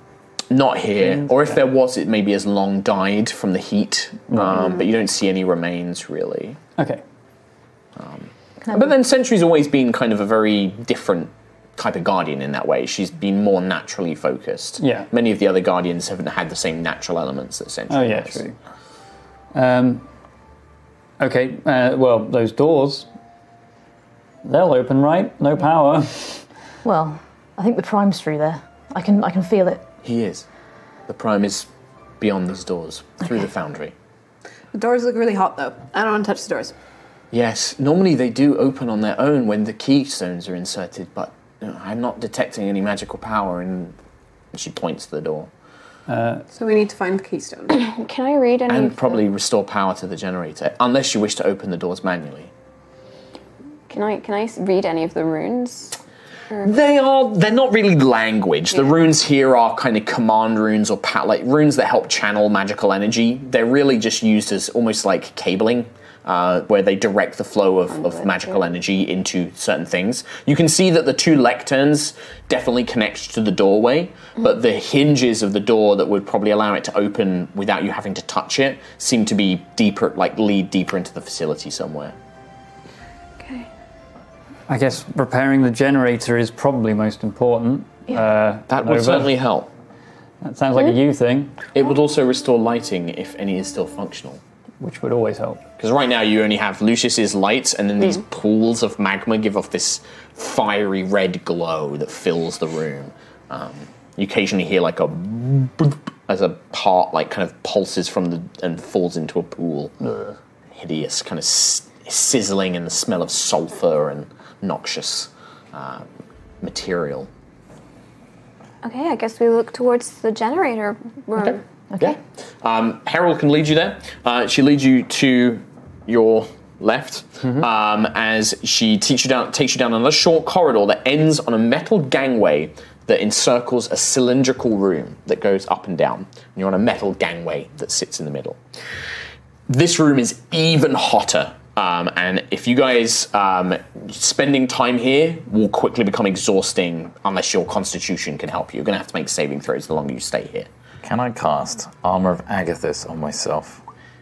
Speaker 1: Not here, or if there was, it maybe has long died from the heat, um, but you don't see any remains really.
Speaker 3: Okay.
Speaker 1: But then Sentry's always been kind of a very different type of guardian in that way. She's been more naturally focused.
Speaker 3: Yeah.
Speaker 1: Many of the other guardians haven't had the same natural elements that Sentry
Speaker 3: Oh yeah,
Speaker 1: has.
Speaker 3: true. Um, okay. Uh, well, those doors. They'll open, right? No power.
Speaker 2: Well, I think the prime's through there. I can I can feel it.
Speaker 1: He is. The Prime is beyond these doors, through the foundry.
Speaker 5: The doors look really hot though. I don't want to touch the doors.
Speaker 1: Yes, normally they do open on their own when the keystones are inserted, but you know, I'm not detecting any magical power, and she points to the door.
Speaker 5: So we need to find the keystone.
Speaker 6: Um, Can I read any?
Speaker 1: And
Speaker 6: of the-
Speaker 1: probably restore power to the generator, unless you wish to open the doors manually.
Speaker 6: Can I? Can I s- read any of the runes?
Speaker 1: They are. They're not really language. The runes here are kind of command runes or pat, like runes that help channel magical energy. They're really just used as almost like cabling, uh, where they direct the flow of, of magical energy into certain things. You can see that the two lecterns definitely connect to the doorway, but the hinges of the door that would probably allow it to open without you having to touch it seem to be deeper, like lead deeper into the facility somewhere.
Speaker 3: I guess repairing the generator is probably most important. Uh,
Speaker 1: That would
Speaker 3: over.
Speaker 1: certainly help.
Speaker 3: That sounds like a you thing,
Speaker 1: It would also restore lighting if any is still functional.
Speaker 3: which would always help.
Speaker 1: Because right now you only have Lucius's lights, and then these pools of magma give off this fiery red glow that fills the room. Um, you occasionally hear like a boop as a part like kind of pulses from the and falls into a pool. Hideous kind of s- sizzling and the smell of sulfur and noxious uh, material.
Speaker 6: Okay, I guess we look towards the generator room.
Speaker 1: Okay. Um, Harold can lead you there. Uh, she leads you to your left um, as she takes you down takes you down another short corridor that ends on a metal gangway that encircles a cylindrical room that goes up and down. And you're on a metal gangway that sits in the middle. This room is even hotter. Um, and if you guys um, spending time here will quickly become exhausting unless your constitution can help you. You're going to have to make saving throws the longer you stay here.
Speaker 4: Can I cast Armor of Agathis on myself,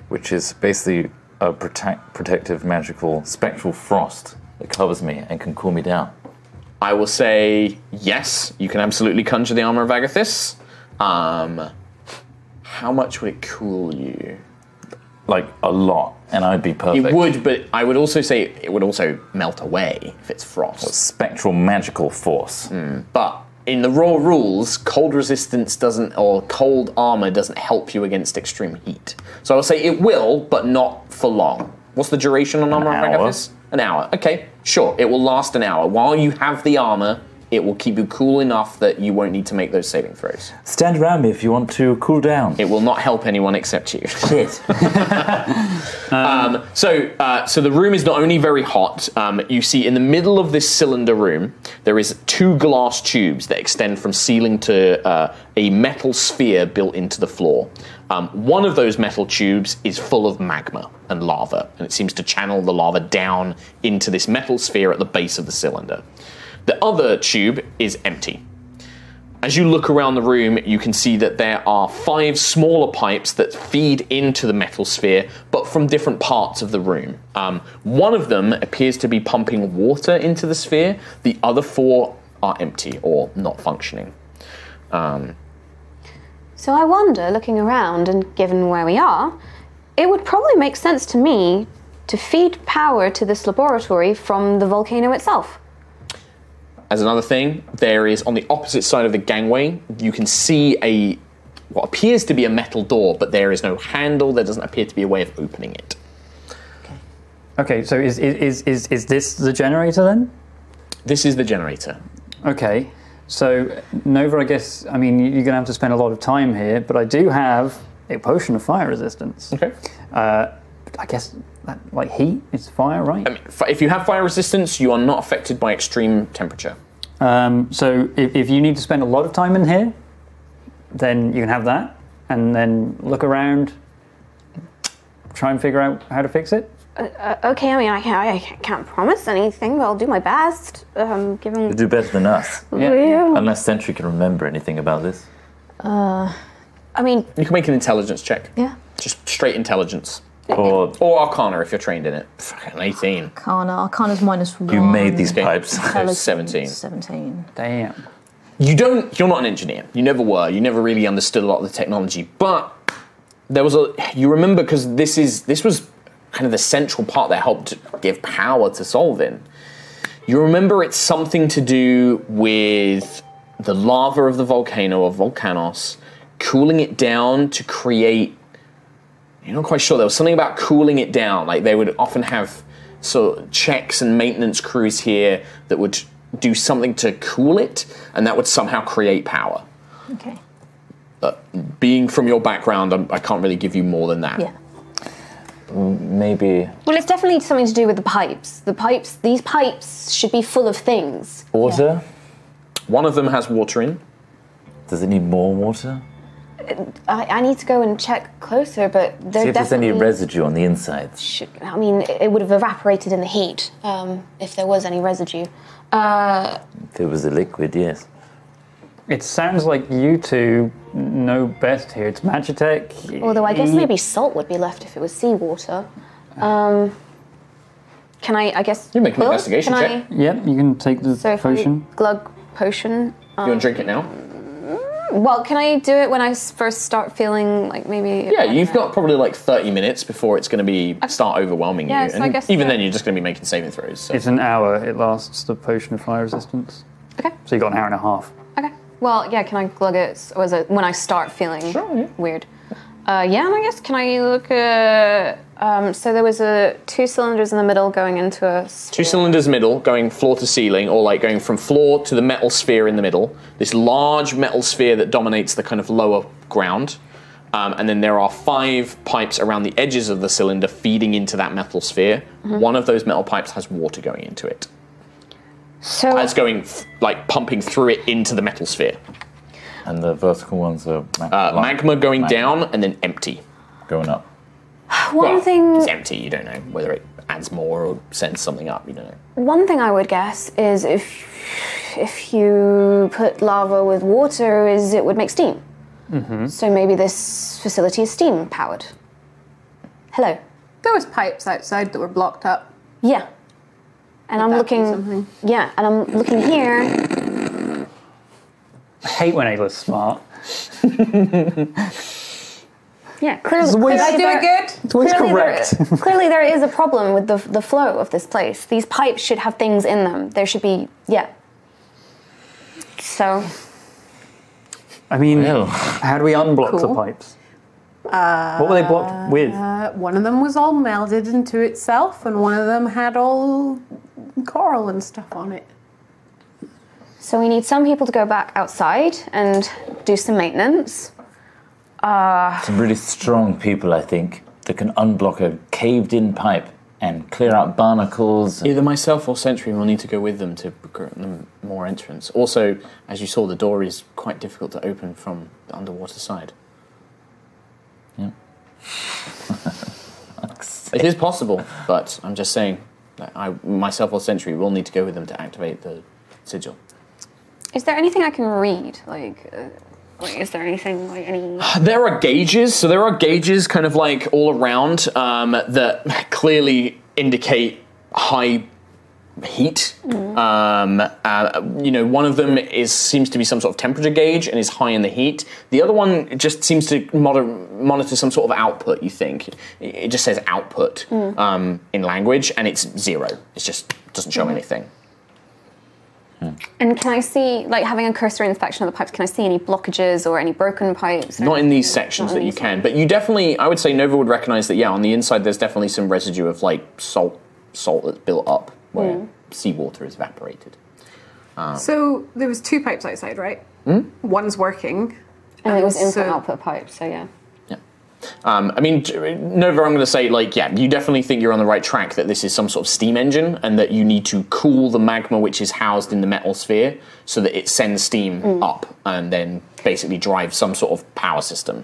Speaker 4: which is basically a protect, protective magical spectral frost that covers me and can cool me down?
Speaker 1: I will say yes, you can absolutely conjure the armor of Agathis. Um, how much would it cool you?
Speaker 4: Like a lot, and I'd be perfect.
Speaker 1: It would, but I would also say it would also melt away if it's frost.
Speaker 4: Spectral magical force.
Speaker 1: But in the raw rules, cold resistance doesn't, or cold armor doesn't help you against extreme heat. So I will say it will, but not for long. What's the duration on armor
Speaker 4: hour.
Speaker 1: of Agathis? An hour. Okay, sure. It will last an hour. While you have the armor, it will keep you cool enough that you won't need to make those saving throws.
Speaker 4: Stand around me if you want to cool down.
Speaker 1: It will not help anyone except you.
Speaker 4: Shit.
Speaker 1: So, uh, so the room is not only very hot. Um, you see, in the middle of this cylinder room, there is two glass tubes that extend from ceiling to uh, a metal sphere built into the floor. Um, one of those metal tubes is full of magma and lava, and it seems to channel the lava down into this metal sphere at the base of the cylinder. The other tube is empty. As you look around the room, you can see that there are five smaller pipes that feed into the metal sphere, but from different parts of the room. Um, one of them appears to be pumping water into the sphere, the other four are empty or not functioning. Um,
Speaker 6: So I wonder, looking around and given where we are, it would probably make sense to me to feed power to this laboratory from the volcano itself.
Speaker 1: as another thing, there is on the opposite side of the gangway, you can see a what appears to be a metal door, but there is no handle, there doesn't appear to be a way of opening it.
Speaker 3: Okay, so is, is, is, is this the generator then?
Speaker 1: This is the generator.
Speaker 3: Okay, so Nova, I guess, I mean, you're going to have to spend a lot of time here, but I do have a potion of fire resistance.
Speaker 1: Okay.
Speaker 3: Uh, I guess, that, like, heat is fire, right?
Speaker 1: Fi- Um, If you have fire resistance, you are not affected by extreme temperature.
Speaker 3: Um, so if, if you need to spend a lot of time in here, then you can have that, and then look around, try and figure out how to fix it.
Speaker 6: Uh, okay, I mean, I, ca- I can't promise anything, but I'll do my best. Um, given.
Speaker 4: Do better than us.
Speaker 6: Yeah.
Speaker 4: Unless Sentry can remember anything about this.
Speaker 6: I mean,
Speaker 1: You can make an intelligence check.
Speaker 2: Yeah.
Speaker 1: Just straight intelligence.
Speaker 4: Or
Speaker 1: Or Arcana if you're trained in it. Fucking 18.
Speaker 2: Arcana. Arcana's minus one.
Speaker 4: you made these pipes.
Speaker 1: So
Speaker 2: Intelligence,
Speaker 1: 17.
Speaker 2: 17.
Speaker 3: Damn.
Speaker 1: You don't, you're not an engineer. You never were. You never really understood a lot of the technology. But there was a, you remember because this is, this was kind of the central part that helped give power to Solvin. You remember it's something to do with the lava of the volcano or volcanos, cooling it down to create you're not quite sure. There was something about cooling it down. Like they would often have sort of checks and maintenance crews here that would do something to cool it, and that would somehow create power. Uh,
Speaker 2: Okay.
Speaker 1: Being from your background, I'm, I can't really give you more than that.
Speaker 2: Yeah.
Speaker 4: Maybe.
Speaker 6: well, it's definitely something to do with the pipes. The pipes, these pipes should be full of things.
Speaker 4: Water?
Speaker 1: One of them has water in.
Speaker 4: Does it need more water?
Speaker 6: I, I need to go and check closer, but there
Speaker 4: See if there's any
Speaker 6: definitely
Speaker 4: residue on the insides.
Speaker 6: should. I mean, it it would have evaporated in the heat um, if there was any residue. Uh,
Speaker 4: If it was a liquid, yes.
Speaker 3: It sounds like you two know best here. It's Magitech.
Speaker 6: although I guess
Speaker 1: Mm.
Speaker 3: Ye-
Speaker 6: maybe salt would be left if it was seawater. Um, can I? I guess you
Speaker 1: make an investigation
Speaker 6: can
Speaker 1: check.
Speaker 6: I,
Speaker 3: Yep, you can take the
Speaker 6: so if
Speaker 3: potion.
Speaker 6: I glug potion.
Speaker 1: You want to drink it now?
Speaker 6: Well, can I do it when I s- first start feeling like maybe?
Speaker 1: Yeah, you've got probably like 30 minutes before it's going to be start overwhelming
Speaker 6: Yeah,
Speaker 1: you.
Speaker 6: so
Speaker 1: and
Speaker 6: I guess-
Speaker 1: even then, you're just going to be making saving throws. So.
Speaker 3: It's an hour. It lasts the potion of fire resistance.
Speaker 6: Okay.
Speaker 3: So you got an hour and a half.
Speaker 6: Okay. Well, yeah. Can I glug it? Was it when I start feeling weird? Uh, yeah. And I guess can I look at? Um, so there was a two cylinders in the middle going into a.
Speaker 1: Two cylinders middle, going floor to ceiling, or like going from floor to the metal sphere in the middle. This large metal sphere that dominates the kind of lower ground. Um, and then there are five pipes around the edges of the cylinder feeding into that metal sphere.
Speaker 6: Mm-hmm.
Speaker 1: One of those metal pipes has water going into it.
Speaker 6: So
Speaker 1: It's going f- like pumping through it into the metal sphere.
Speaker 4: And the vertical ones are ma-
Speaker 1: Uh,
Speaker 4: like-
Speaker 1: magma going
Speaker 4: magma
Speaker 1: down and then empty.
Speaker 4: going up.
Speaker 6: one
Speaker 1: Well,
Speaker 6: thing
Speaker 1: It's empty. You don't know whether it adds more or sends something up. You don't know.
Speaker 6: One thing I would guess is if if you put lava with water, is it would make steam. So maybe this facility is steam powered. Hello.
Speaker 7: There was pipes outside that were blocked up.
Speaker 6: Yeah. And I'm
Speaker 7: That'd be
Speaker 6: looking.
Speaker 7: something.
Speaker 6: Yeah, and I'm looking here.
Speaker 3: I hate when Ayla's smart.
Speaker 6: Yeah,
Speaker 3: waste-
Speaker 6: clearly. clearly
Speaker 7: Did I
Speaker 6: there-
Speaker 7: do it good?
Speaker 3: It's
Speaker 6: clearly there-
Speaker 3: correct.
Speaker 6: clearly, there is a problem with the the flow of this place. These pipes should have things in them. There should be yeah. So
Speaker 3: I mean,
Speaker 4: Ew.
Speaker 3: how do we unblock the
Speaker 5: Cool.
Speaker 3: pipes? what were they blocked with?
Speaker 5: Uh, one of them was all melded into itself, and one of them had all coral and stuff on it.
Speaker 6: So we need some people to go back outside and do some maintenance.
Speaker 4: Some really strong people, I think, that can unblock a caved-in pipe and clear out barnacles.
Speaker 1: Either myself or Sentry will need to go with them to grant them more entrance. Also, as you saw, the door is quite difficult to open from the underwater side. It is possible, but I'm just saying that I, myself or Sentry will need to go with them to activate the sigil.
Speaker 6: Is there anything I can read? Like, uh, like is there anything like any?
Speaker 1: There are gauges, so there are gauges kind of like all around um, that clearly indicate high heat. Um, uh, you know, one of them is seems to be some sort of temperature gauge and is high in the heat. The other one just seems to moder- monitor some sort of output. You think it, it just says output um, in language, and it's zero. It just doesn't show anything.
Speaker 6: And can I see like having a cursory inspection of the pipes? Can I see any blockages or any broken pipes?
Speaker 1: Not in these sections
Speaker 6: Not in
Speaker 1: that you
Speaker 6: these
Speaker 1: can, but you definitely, I would say Nova would recognize that, yeah, on the inside there's definitely some residue of like salt, salt that's built up
Speaker 6: Hmm.
Speaker 1: where seawater is evaporated.
Speaker 5: So there was two pipes outside, right?
Speaker 1: Hmm?
Speaker 5: One's working.
Speaker 6: And it was input
Speaker 5: So-
Speaker 6: output pipe. So yeah.
Speaker 1: Yeah. Um, I mean, j- Nova, I'm going to say, like, yeah, you definitely think you're on the right track, that this is some sort of steam engine and that you need to cool the magma which is housed in the metal sphere so that it sends steam
Speaker 6: Hmm.
Speaker 1: up and then basically drives some sort of power system.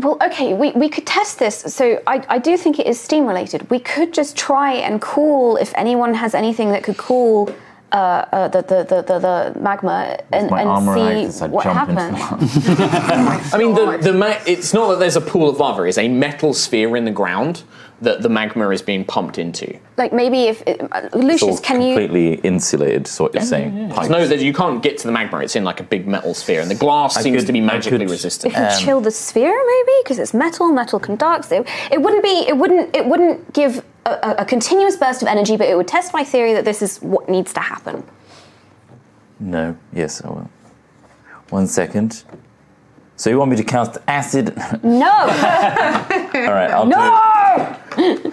Speaker 6: Well, okay, we, we could test this. So I, I do think it is steam related. We could just try and cool if anyone has anything that could cool uh, uh, the, the, the, the, the magma and,
Speaker 4: my
Speaker 6: and
Speaker 4: armor
Speaker 6: see
Speaker 4: I'd
Speaker 6: what
Speaker 4: jump into
Speaker 6: happens.
Speaker 4: the
Speaker 1: I mean, the, the ma- it's not that there's a pool of lava, it's a metal sphere in the ground that the magma is being pumped into.
Speaker 6: Like maybe if it, uh, Lucius,
Speaker 4: all
Speaker 6: can you?
Speaker 4: completely insulated, is what you're saying. Pipes.
Speaker 1: No, that you can't get to the magma, it's in like a big metal sphere, and the glass
Speaker 4: I
Speaker 1: seems
Speaker 4: could-
Speaker 1: to be
Speaker 4: I
Speaker 1: magically
Speaker 4: could- uh,
Speaker 1: resistant.
Speaker 6: Could chill the sphere maybe because it's metal. Metal conducts. It, it wouldn't be. It wouldn't. It wouldn't give a, a, a continuous burst of energy, but it would test my theory that this is what needs to happen.
Speaker 4: No, yes, I will. One second. So you want me to cast acid?
Speaker 6: No,
Speaker 4: All right, I'll
Speaker 5: Oh,
Speaker 6: no.
Speaker 4: do.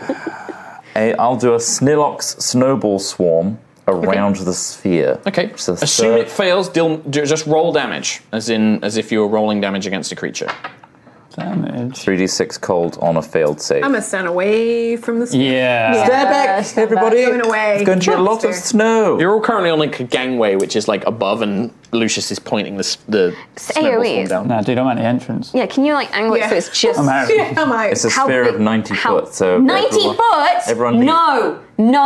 Speaker 4: A, I'll do a Snilox snowball swarm around the sphere.
Speaker 1: Okay.
Speaker 4: So the
Speaker 1: Assume
Speaker 4: third-
Speaker 1: it fails. Deal, do, just roll damage, as in as if you were rolling damage against a creature.
Speaker 3: Damage.
Speaker 4: 3d6 cold on a failed save.
Speaker 5: I'm gonna stand away from the yeah.
Speaker 3: Yeah.
Speaker 4: back, everybody!
Speaker 5: Going away.
Speaker 4: It's going to be a lot of
Speaker 5: Monster.
Speaker 4: snow.
Speaker 1: You're all currently on like a gangway, which is like above, and Lucius is pointing the s- the snowball
Speaker 6: AoE.
Speaker 1: form down.
Speaker 3: No, dude, I'm at the entrance.
Speaker 6: Yeah, can you like angle
Speaker 5: Yeah.
Speaker 6: it so it's just
Speaker 3: I'm out.
Speaker 5: Yeah, am I?
Speaker 4: it's a
Speaker 6: how
Speaker 4: sphere
Speaker 6: big-
Speaker 4: of 90
Speaker 6: how-
Speaker 4: foot, so
Speaker 6: 90
Speaker 4: everyone-
Speaker 6: foot?
Speaker 4: everyone
Speaker 6: no, no.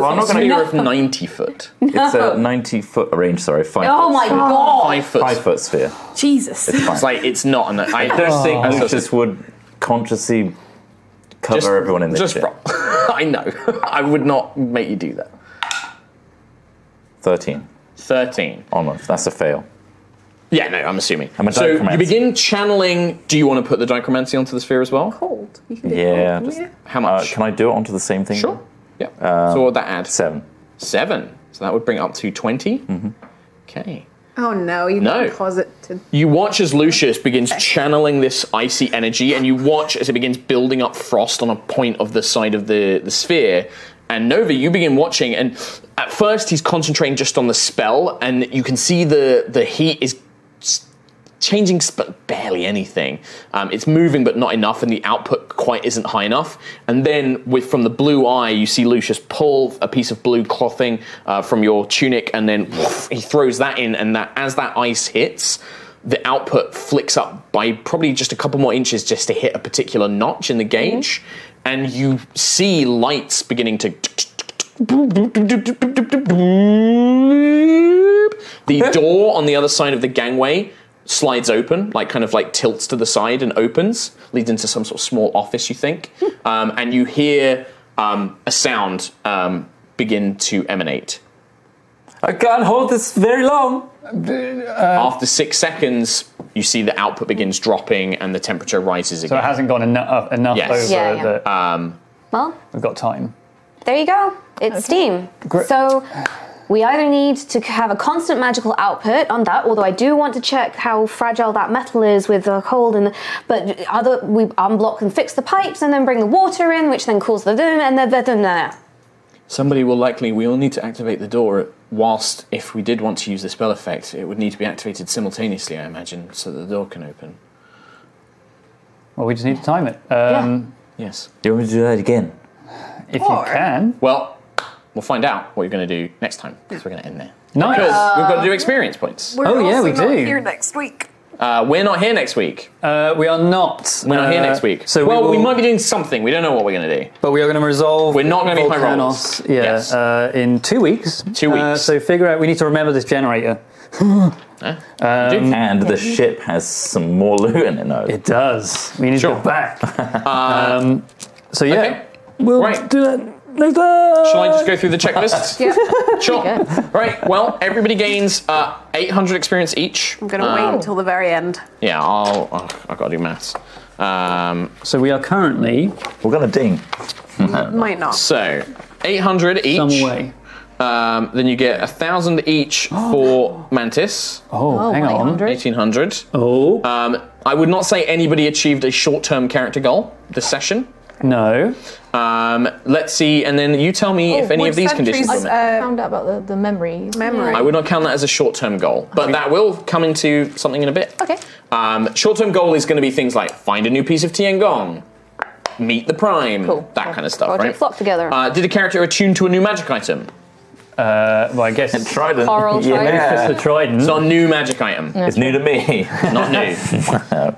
Speaker 4: Well, I'm not
Speaker 1: So
Speaker 4: going
Speaker 1: you're
Speaker 4: to.
Speaker 1: of ninety foot,
Speaker 4: It's a 90 foot range. Sorry, five.
Speaker 6: oh
Speaker 4: foot
Speaker 6: my
Speaker 4: sphere.
Speaker 6: god.
Speaker 1: five foot.
Speaker 4: Five foot sphere.
Speaker 5: Jesus.
Speaker 1: It's like it's not. An, I
Speaker 4: I don't
Speaker 6: Oh.
Speaker 4: think Lucius would consciously cover everyone in this
Speaker 1: Just
Speaker 4: shit.
Speaker 1: roll. I know. I would not make you do that.
Speaker 4: 13.
Speaker 1: Thirteen.
Speaker 4: On a, that's a fail.
Speaker 1: Yeah, no, I'm assuming.
Speaker 4: I'm a
Speaker 1: so
Speaker 4: dichromancer.
Speaker 1: you begin channeling. Do you want to put the dichromancy onto the sphere as well?
Speaker 5: cold. You can do
Speaker 4: Yeah,
Speaker 5: cold.
Speaker 4: just-
Speaker 5: yeah.
Speaker 1: How
Speaker 4: Uh,
Speaker 1: much?
Speaker 4: can I Uh, do it onto the same thing?
Speaker 1: Sure. Yeah. so what would that add?
Speaker 4: Seven.
Speaker 1: Seven. So that would bring it up to 20.
Speaker 4: Mm-hmm.
Speaker 1: Okay.
Speaker 5: Oh no, you
Speaker 1: No. Oh,
Speaker 5: can cause it to.
Speaker 1: You watch as Lucius begins channeling this icy energy, and you watch as it begins building up frost on a point of the side of the, the sphere. And Nova, you begin watching, and at first he's concentrating just on the spell, and you can see the, the heat is s- changing sp- barely anything. Um, it's moving, but not enough, and the output quite isn't high enough. And then, with from the blue eye, you see Lucius pull a piece of blue clothing uh, from your tunic, and then woof, he throws that in, and that as that ice hits. The output flicks up by probably just a couple more inches just to hit a particular notch in the gauge, and you see lights beginning to the door on the other side of the gangway slides open, like kind of like tilts to the side and opens, leads into some sort of small office, you think. Um, and you hear um, a sound um, begin to emanate.
Speaker 9: I can't hold this very long.
Speaker 1: After six seconds, you see the output begins dropping and the temperature rises
Speaker 3: So it
Speaker 1: again.
Speaker 3: hasn't gone enough enough
Speaker 1: Yes. Uh,
Speaker 3: over
Speaker 6: Yeah, yeah.
Speaker 3: that
Speaker 6: Well,
Speaker 3: we've got time.
Speaker 6: there you go. It's steam.
Speaker 3: Gr-
Speaker 6: So we either need to have a constant magical output on that, although I do want to check how fragile that metal is with the cold. And but other we unblock and fix the pipes, and then bring the water in, which then cools the and the the- the- the-
Speaker 1: Somebody will likely, we all need to activate the door, whilst if we did want to use the spell effect, it would need to be activated simultaneously, I imagine, so that the door can open.
Speaker 3: Well, we just need to time it. Um,
Speaker 1: Yes.
Speaker 4: Do you want me to do that again?
Speaker 3: If you can.
Speaker 1: Well, we'll find out what you're going to do next time because we're going to end there.
Speaker 3: Nice.
Speaker 1: Because we've got to do experience points.
Speaker 7: We're
Speaker 3: Oh, yeah,
Speaker 7: also
Speaker 3: we
Speaker 7: not
Speaker 3: do.
Speaker 7: here next week.
Speaker 1: Uh, we're not here next week.
Speaker 3: Uh, we are not.
Speaker 1: We're not here
Speaker 3: uh,
Speaker 1: next week.
Speaker 3: So
Speaker 1: well,
Speaker 3: we,
Speaker 1: we
Speaker 3: will-
Speaker 1: might be doing something. We don't know what we're going to do.
Speaker 3: But we are going to resolve.
Speaker 1: We're not gonna be high
Speaker 3: Volcanos,
Speaker 1: rollers.
Speaker 3: Yeah.
Speaker 1: Yes.
Speaker 3: Uh, in two weeks.
Speaker 1: Two
Speaker 3: Uh,
Speaker 1: weeks.
Speaker 3: so figure out. We need to remember this generator.
Speaker 4: and the ship has some more loot in it. No,
Speaker 3: It does. We need
Speaker 1: Sure. Uh,
Speaker 3: to go back. um, so yeah,
Speaker 1: Okay.
Speaker 3: we'll
Speaker 1: Right.
Speaker 3: do that next time.
Speaker 1: Shall I just go through the checklist?
Speaker 7: Yeah.
Speaker 1: Sure. Right. Well, everybody gains uh, 800 experience each.
Speaker 7: I'm going to
Speaker 1: Oh.
Speaker 7: wait until the very end.
Speaker 1: Yeah, I'll. Oh, I've got to do maths. Um,
Speaker 3: So we are currently
Speaker 4: we're gonna ding.
Speaker 7: Might not.
Speaker 1: so 800 each.
Speaker 3: some way.
Speaker 1: Um, then you get a thousand each for Mantis.
Speaker 3: Oh, hang
Speaker 2: my
Speaker 3: on.
Speaker 1: 1800.
Speaker 3: Oh
Speaker 1: Um, I would not say anybody achieved a short-term character goal this session.
Speaker 3: no.
Speaker 1: Um, let's see, and then you tell me
Speaker 6: Oh,
Speaker 1: if any of these conditions.
Speaker 7: Sentry's,
Speaker 1: are met.
Speaker 7: uh,
Speaker 2: found out about the, the memories.
Speaker 7: memory.
Speaker 1: I would not count that as a short-term goal, but that will come into something in a bit.
Speaker 2: Okay.
Speaker 1: Um, short-term goal is going to be things like find a new piece of Tiangong, meet the Prime,
Speaker 2: Cool.
Speaker 1: that kind of stuff,
Speaker 6: Project
Speaker 1: right?
Speaker 6: Flock together.
Speaker 1: Uh, did a character attune to a new magic item?
Speaker 3: Uh, well, I guess it's
Speaker 4: Trident.
Speaker 6: Coral
Speaker 4: yeah,
Speaker 6: trident.
Speaker 3: just a trident.
Speaker 1: It's not a new magic item,
Speaker 4: it's new to me.
Speaker 1: not new.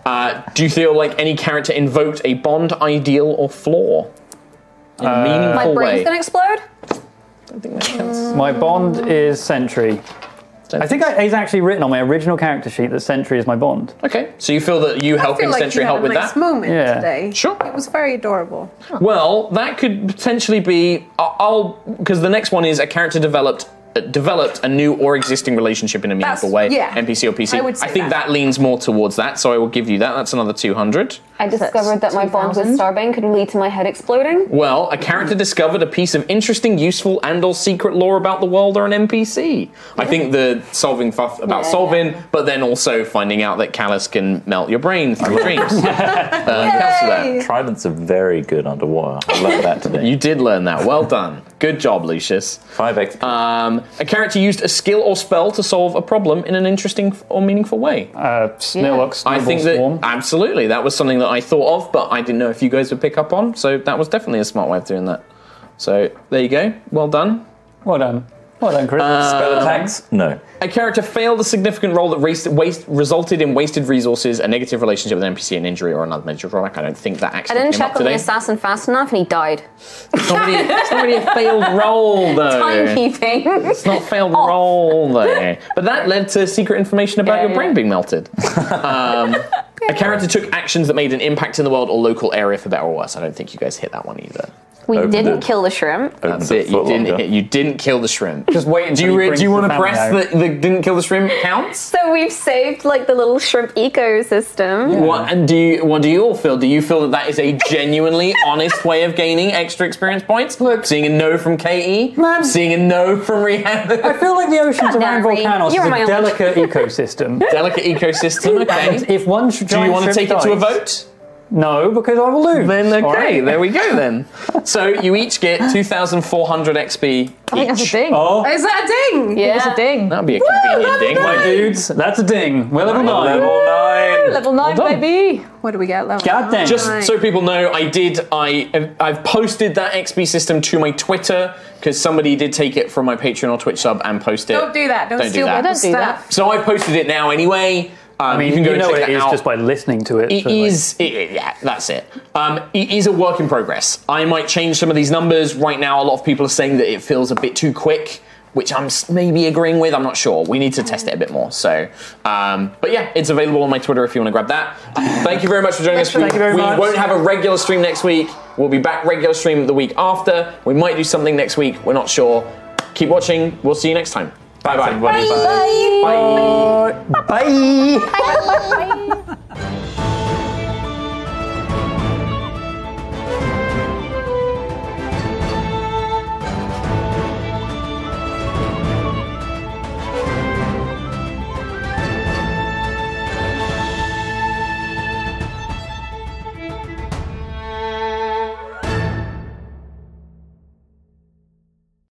Speaker 1: uh, do you feel like any character invoked a bond, ideal, or flaw? In a
Speaker 6: my
Speaker 1: meaningful
Speaker 6: brain's
Speaker 1: way.
Speaker 6: gonna explode.
Speaker 3: My bond is Sentry. I think I, it's actually written on my original character sheet that Sentry is my bond.
Speaker 1: Okay, so you feel that you
Speaker 7: I
Speaker 1: helping
Speaker 7: feel like
Speaker 1: Sentry
Speaker 7: you
Speaker 1: help
Speaker 7: had a
Speaker 1: with
Speaker 7: nice
Speaker 1: that?
Speaker 7: moment
Speaker 3: Yeah.
Speaker 7: today.
Speaker 1: Sure.
Speaker 7: It was very adorable.
Speaker 1: Well, that could potentially be. I- I'll because the next one is a character developed uh, developed a new or existing relationship in a meaningful
Speaker 7: That's-
Speaker 1: way.
Speaker 7: yeah.
Speaker 1: NPC or PC.
Speaker 7: I would say
Speaker 1: think that.
Speaker 7: that.
Speaker 1: leans more towards that, so I will give you that. That's another two hundred.
Speaker 6: I discovered that my bond with
Speaker 2: 2000.
Speaker 6: Starbane could lead to my head exploding.
Speaker 1: Well, a character discovered a piece of interesting, useful, and/or secret lore about the world or an NPC. I think the solving fuff about
Speaker 6: Yeah,
Speaker 1: solving, but then also finding out that Callus can melt your brain through dreams. uh, accounts for that.
Speaker 4: Tridents are very good underwater. I learned that today.
Speaker 1: You did learn that. Well done. Good job, Lucius.
Speaker 4: Five XP.
Speaker 1: Um, a character used a skill or spell to solve a problem in an interesting or meaningful way.
Speaker 3: Uh, Snowlock,
Speaker 1: I
Speaker 3: Snowball
Speaker 1: think that
Speaker 3: Swarm.
Speaker 1: absolutely that was something that I thought of, but I didn't know if you guys would pick up on. So that was definitely a smart way of doing that. So there you go. Well done.
Speaker 3: Well done. Well done, Chris.
Speaker 1: Uh,
Speaker 4: Spell attacks? No.
Speaker 1: A character failed a significant role that race- waste, resulted in wasted resources, a negative relationship with an NPC, an injury, or another major drawback. I don't think that
Speaker 6: I
Speaker 1: actually
Speaker 6: didn't
Speaker 1: came
Speaker 6: check
Speaker 1: up
Speaker 6: on the
Speaker 1: today.
Speaker 6: assassin fast enough, and he died.
Speaker 1: Somebody, somebody a failed role though.
Speaker 6: Timekeeping.
Speaker 1: It's not failed roll there. But that led to secret information about
Speaker 6: Yeah,
Speaker 1: your brain
Speaker 6: yeah.
Speaker 1: being melted. Um, a character took actions that made an impact in the world or local area for better or worse. I don't think you guys hit that one either.
Speaker 6: We
Speaker 4: Opened
Speaker 6: didn't
Speaker 4: it.
Speaker 6: kill the shrimp.
Speaker 4: Opened
Speaker 1: That's
Speaker 4: a
Speaker 1: it. You
Speaker 4: foot
Speaker 1: didn't.
Speaker 4: longer.
Speaker 1: Hit, you didn't kill the shrimp.
Speaker 3: Just wait until
Speaker 1: Do you
Speaker 3: he
Speaker 1: re-
Speaker 3: brings
Speaker 1: do you
Speaker 3: the
Speaker 1: want to
Speaker 3: family
Speaker 1: press
Speaker 3: out.
Speaker 1: the, the didn't kill the shrimp counts?
Speaker 6: So we've saved like the little shrimp ecosystem.
Speaker 1: What and do you, what do you all feel? Do you feel that that is a genuinely honest way of gaining extra experience points? Look, seeing a no from KE,
Speaker 3: Man.
Speaker 1: seeing a no from Rihanna,
Speaker 3: I feel like the oceans around
Speaker 6: Goddamn, Reed.
Speaker 3: volcanoes
Speaker 6: You're
Speaker 3: is a
Speaker 6: my only-
Speaker 3: delicate ecosystem.
Speaker 1: delicate ecosystem. Okay,
Speaker 3: If one sh-
Speaker 1: do you
Speaker 3: giant
Speaker 1: want to
Speaker 3: shrimp
Speaker 1: take it to a
Speaker 3: dies-
Speaker 1: vote?
Speaker 3: No, because I will lose.
Speaker 1: Then okay,
Speaker 3: all right?
Speaker 1: there we go then. So you each get 2,400 XP.
Speaker 2: I think that's a
Speaker 1: each.
Speaker 2: ding.
Speaker 3: Oh,
Speaker 5: Is that a ding?
Speaker 2: yeah.
Speaker 6: Oh.
Speaker 2: It's a ding.
Speaker 1: That'd be a convenient ding.
Speaker 3: my dudes, that's a ding. We're level nine.
Speaker 9: Level nine.
Speaker 2: Level nine,
Speaker 3: done.
Speaker 2: baby.
Speaker 5: What do we get? Level
Speaker 3: God damn.
Speaker 1: Just so people know, I did. I I've posted that XP system to my Twitter because somebody did take it from my Patreon or Twitch sub and post it.
Speaker 5: Don't do that. Don't,
Speaker 1: Don't do
Speaker 5: steal
Speaker 1: that.
Speaker 5: people's
Speaker 2: Don't do that.
Speaker 5: stuff.
Speaker 1: So I posted it now anyway. Um,
Speaker 3: I mean,
Speaker 1: you can go and
Speaker 3: know
Speaker 1: check
Speaker 3: what it
Speaker 1: that
Speaker 3: is
Speaker 1: out.
Speaker 3: just by listening to it.
Speaker 1: It
Speaker 3: so, like-
Speaker 1: is, it- it- yeah, that's it. Um, it is a work in progress. I might change some of these numbers. Right now, a lot of people are saying that it feels a bit too quick, which I'm s- maybe agreeing with. I'm not sure. We need to test it a bit more. So, um, but yeah, it's available on my Twitter if you want to grab that. Thank you very much for joining us.
Speaker 3: Thank you very
Speaker 1: we
Speaker 3: much.
Speaker 1: won't have a regular stream next week. We'll be back regular stream the week after. We might do something next week. We're not sure. Keep watching. We'll see you next time. Bye-bye.
Speaker 9: Everybody, bye.
Speaker 1: Bye.
Speaker 3: Bye.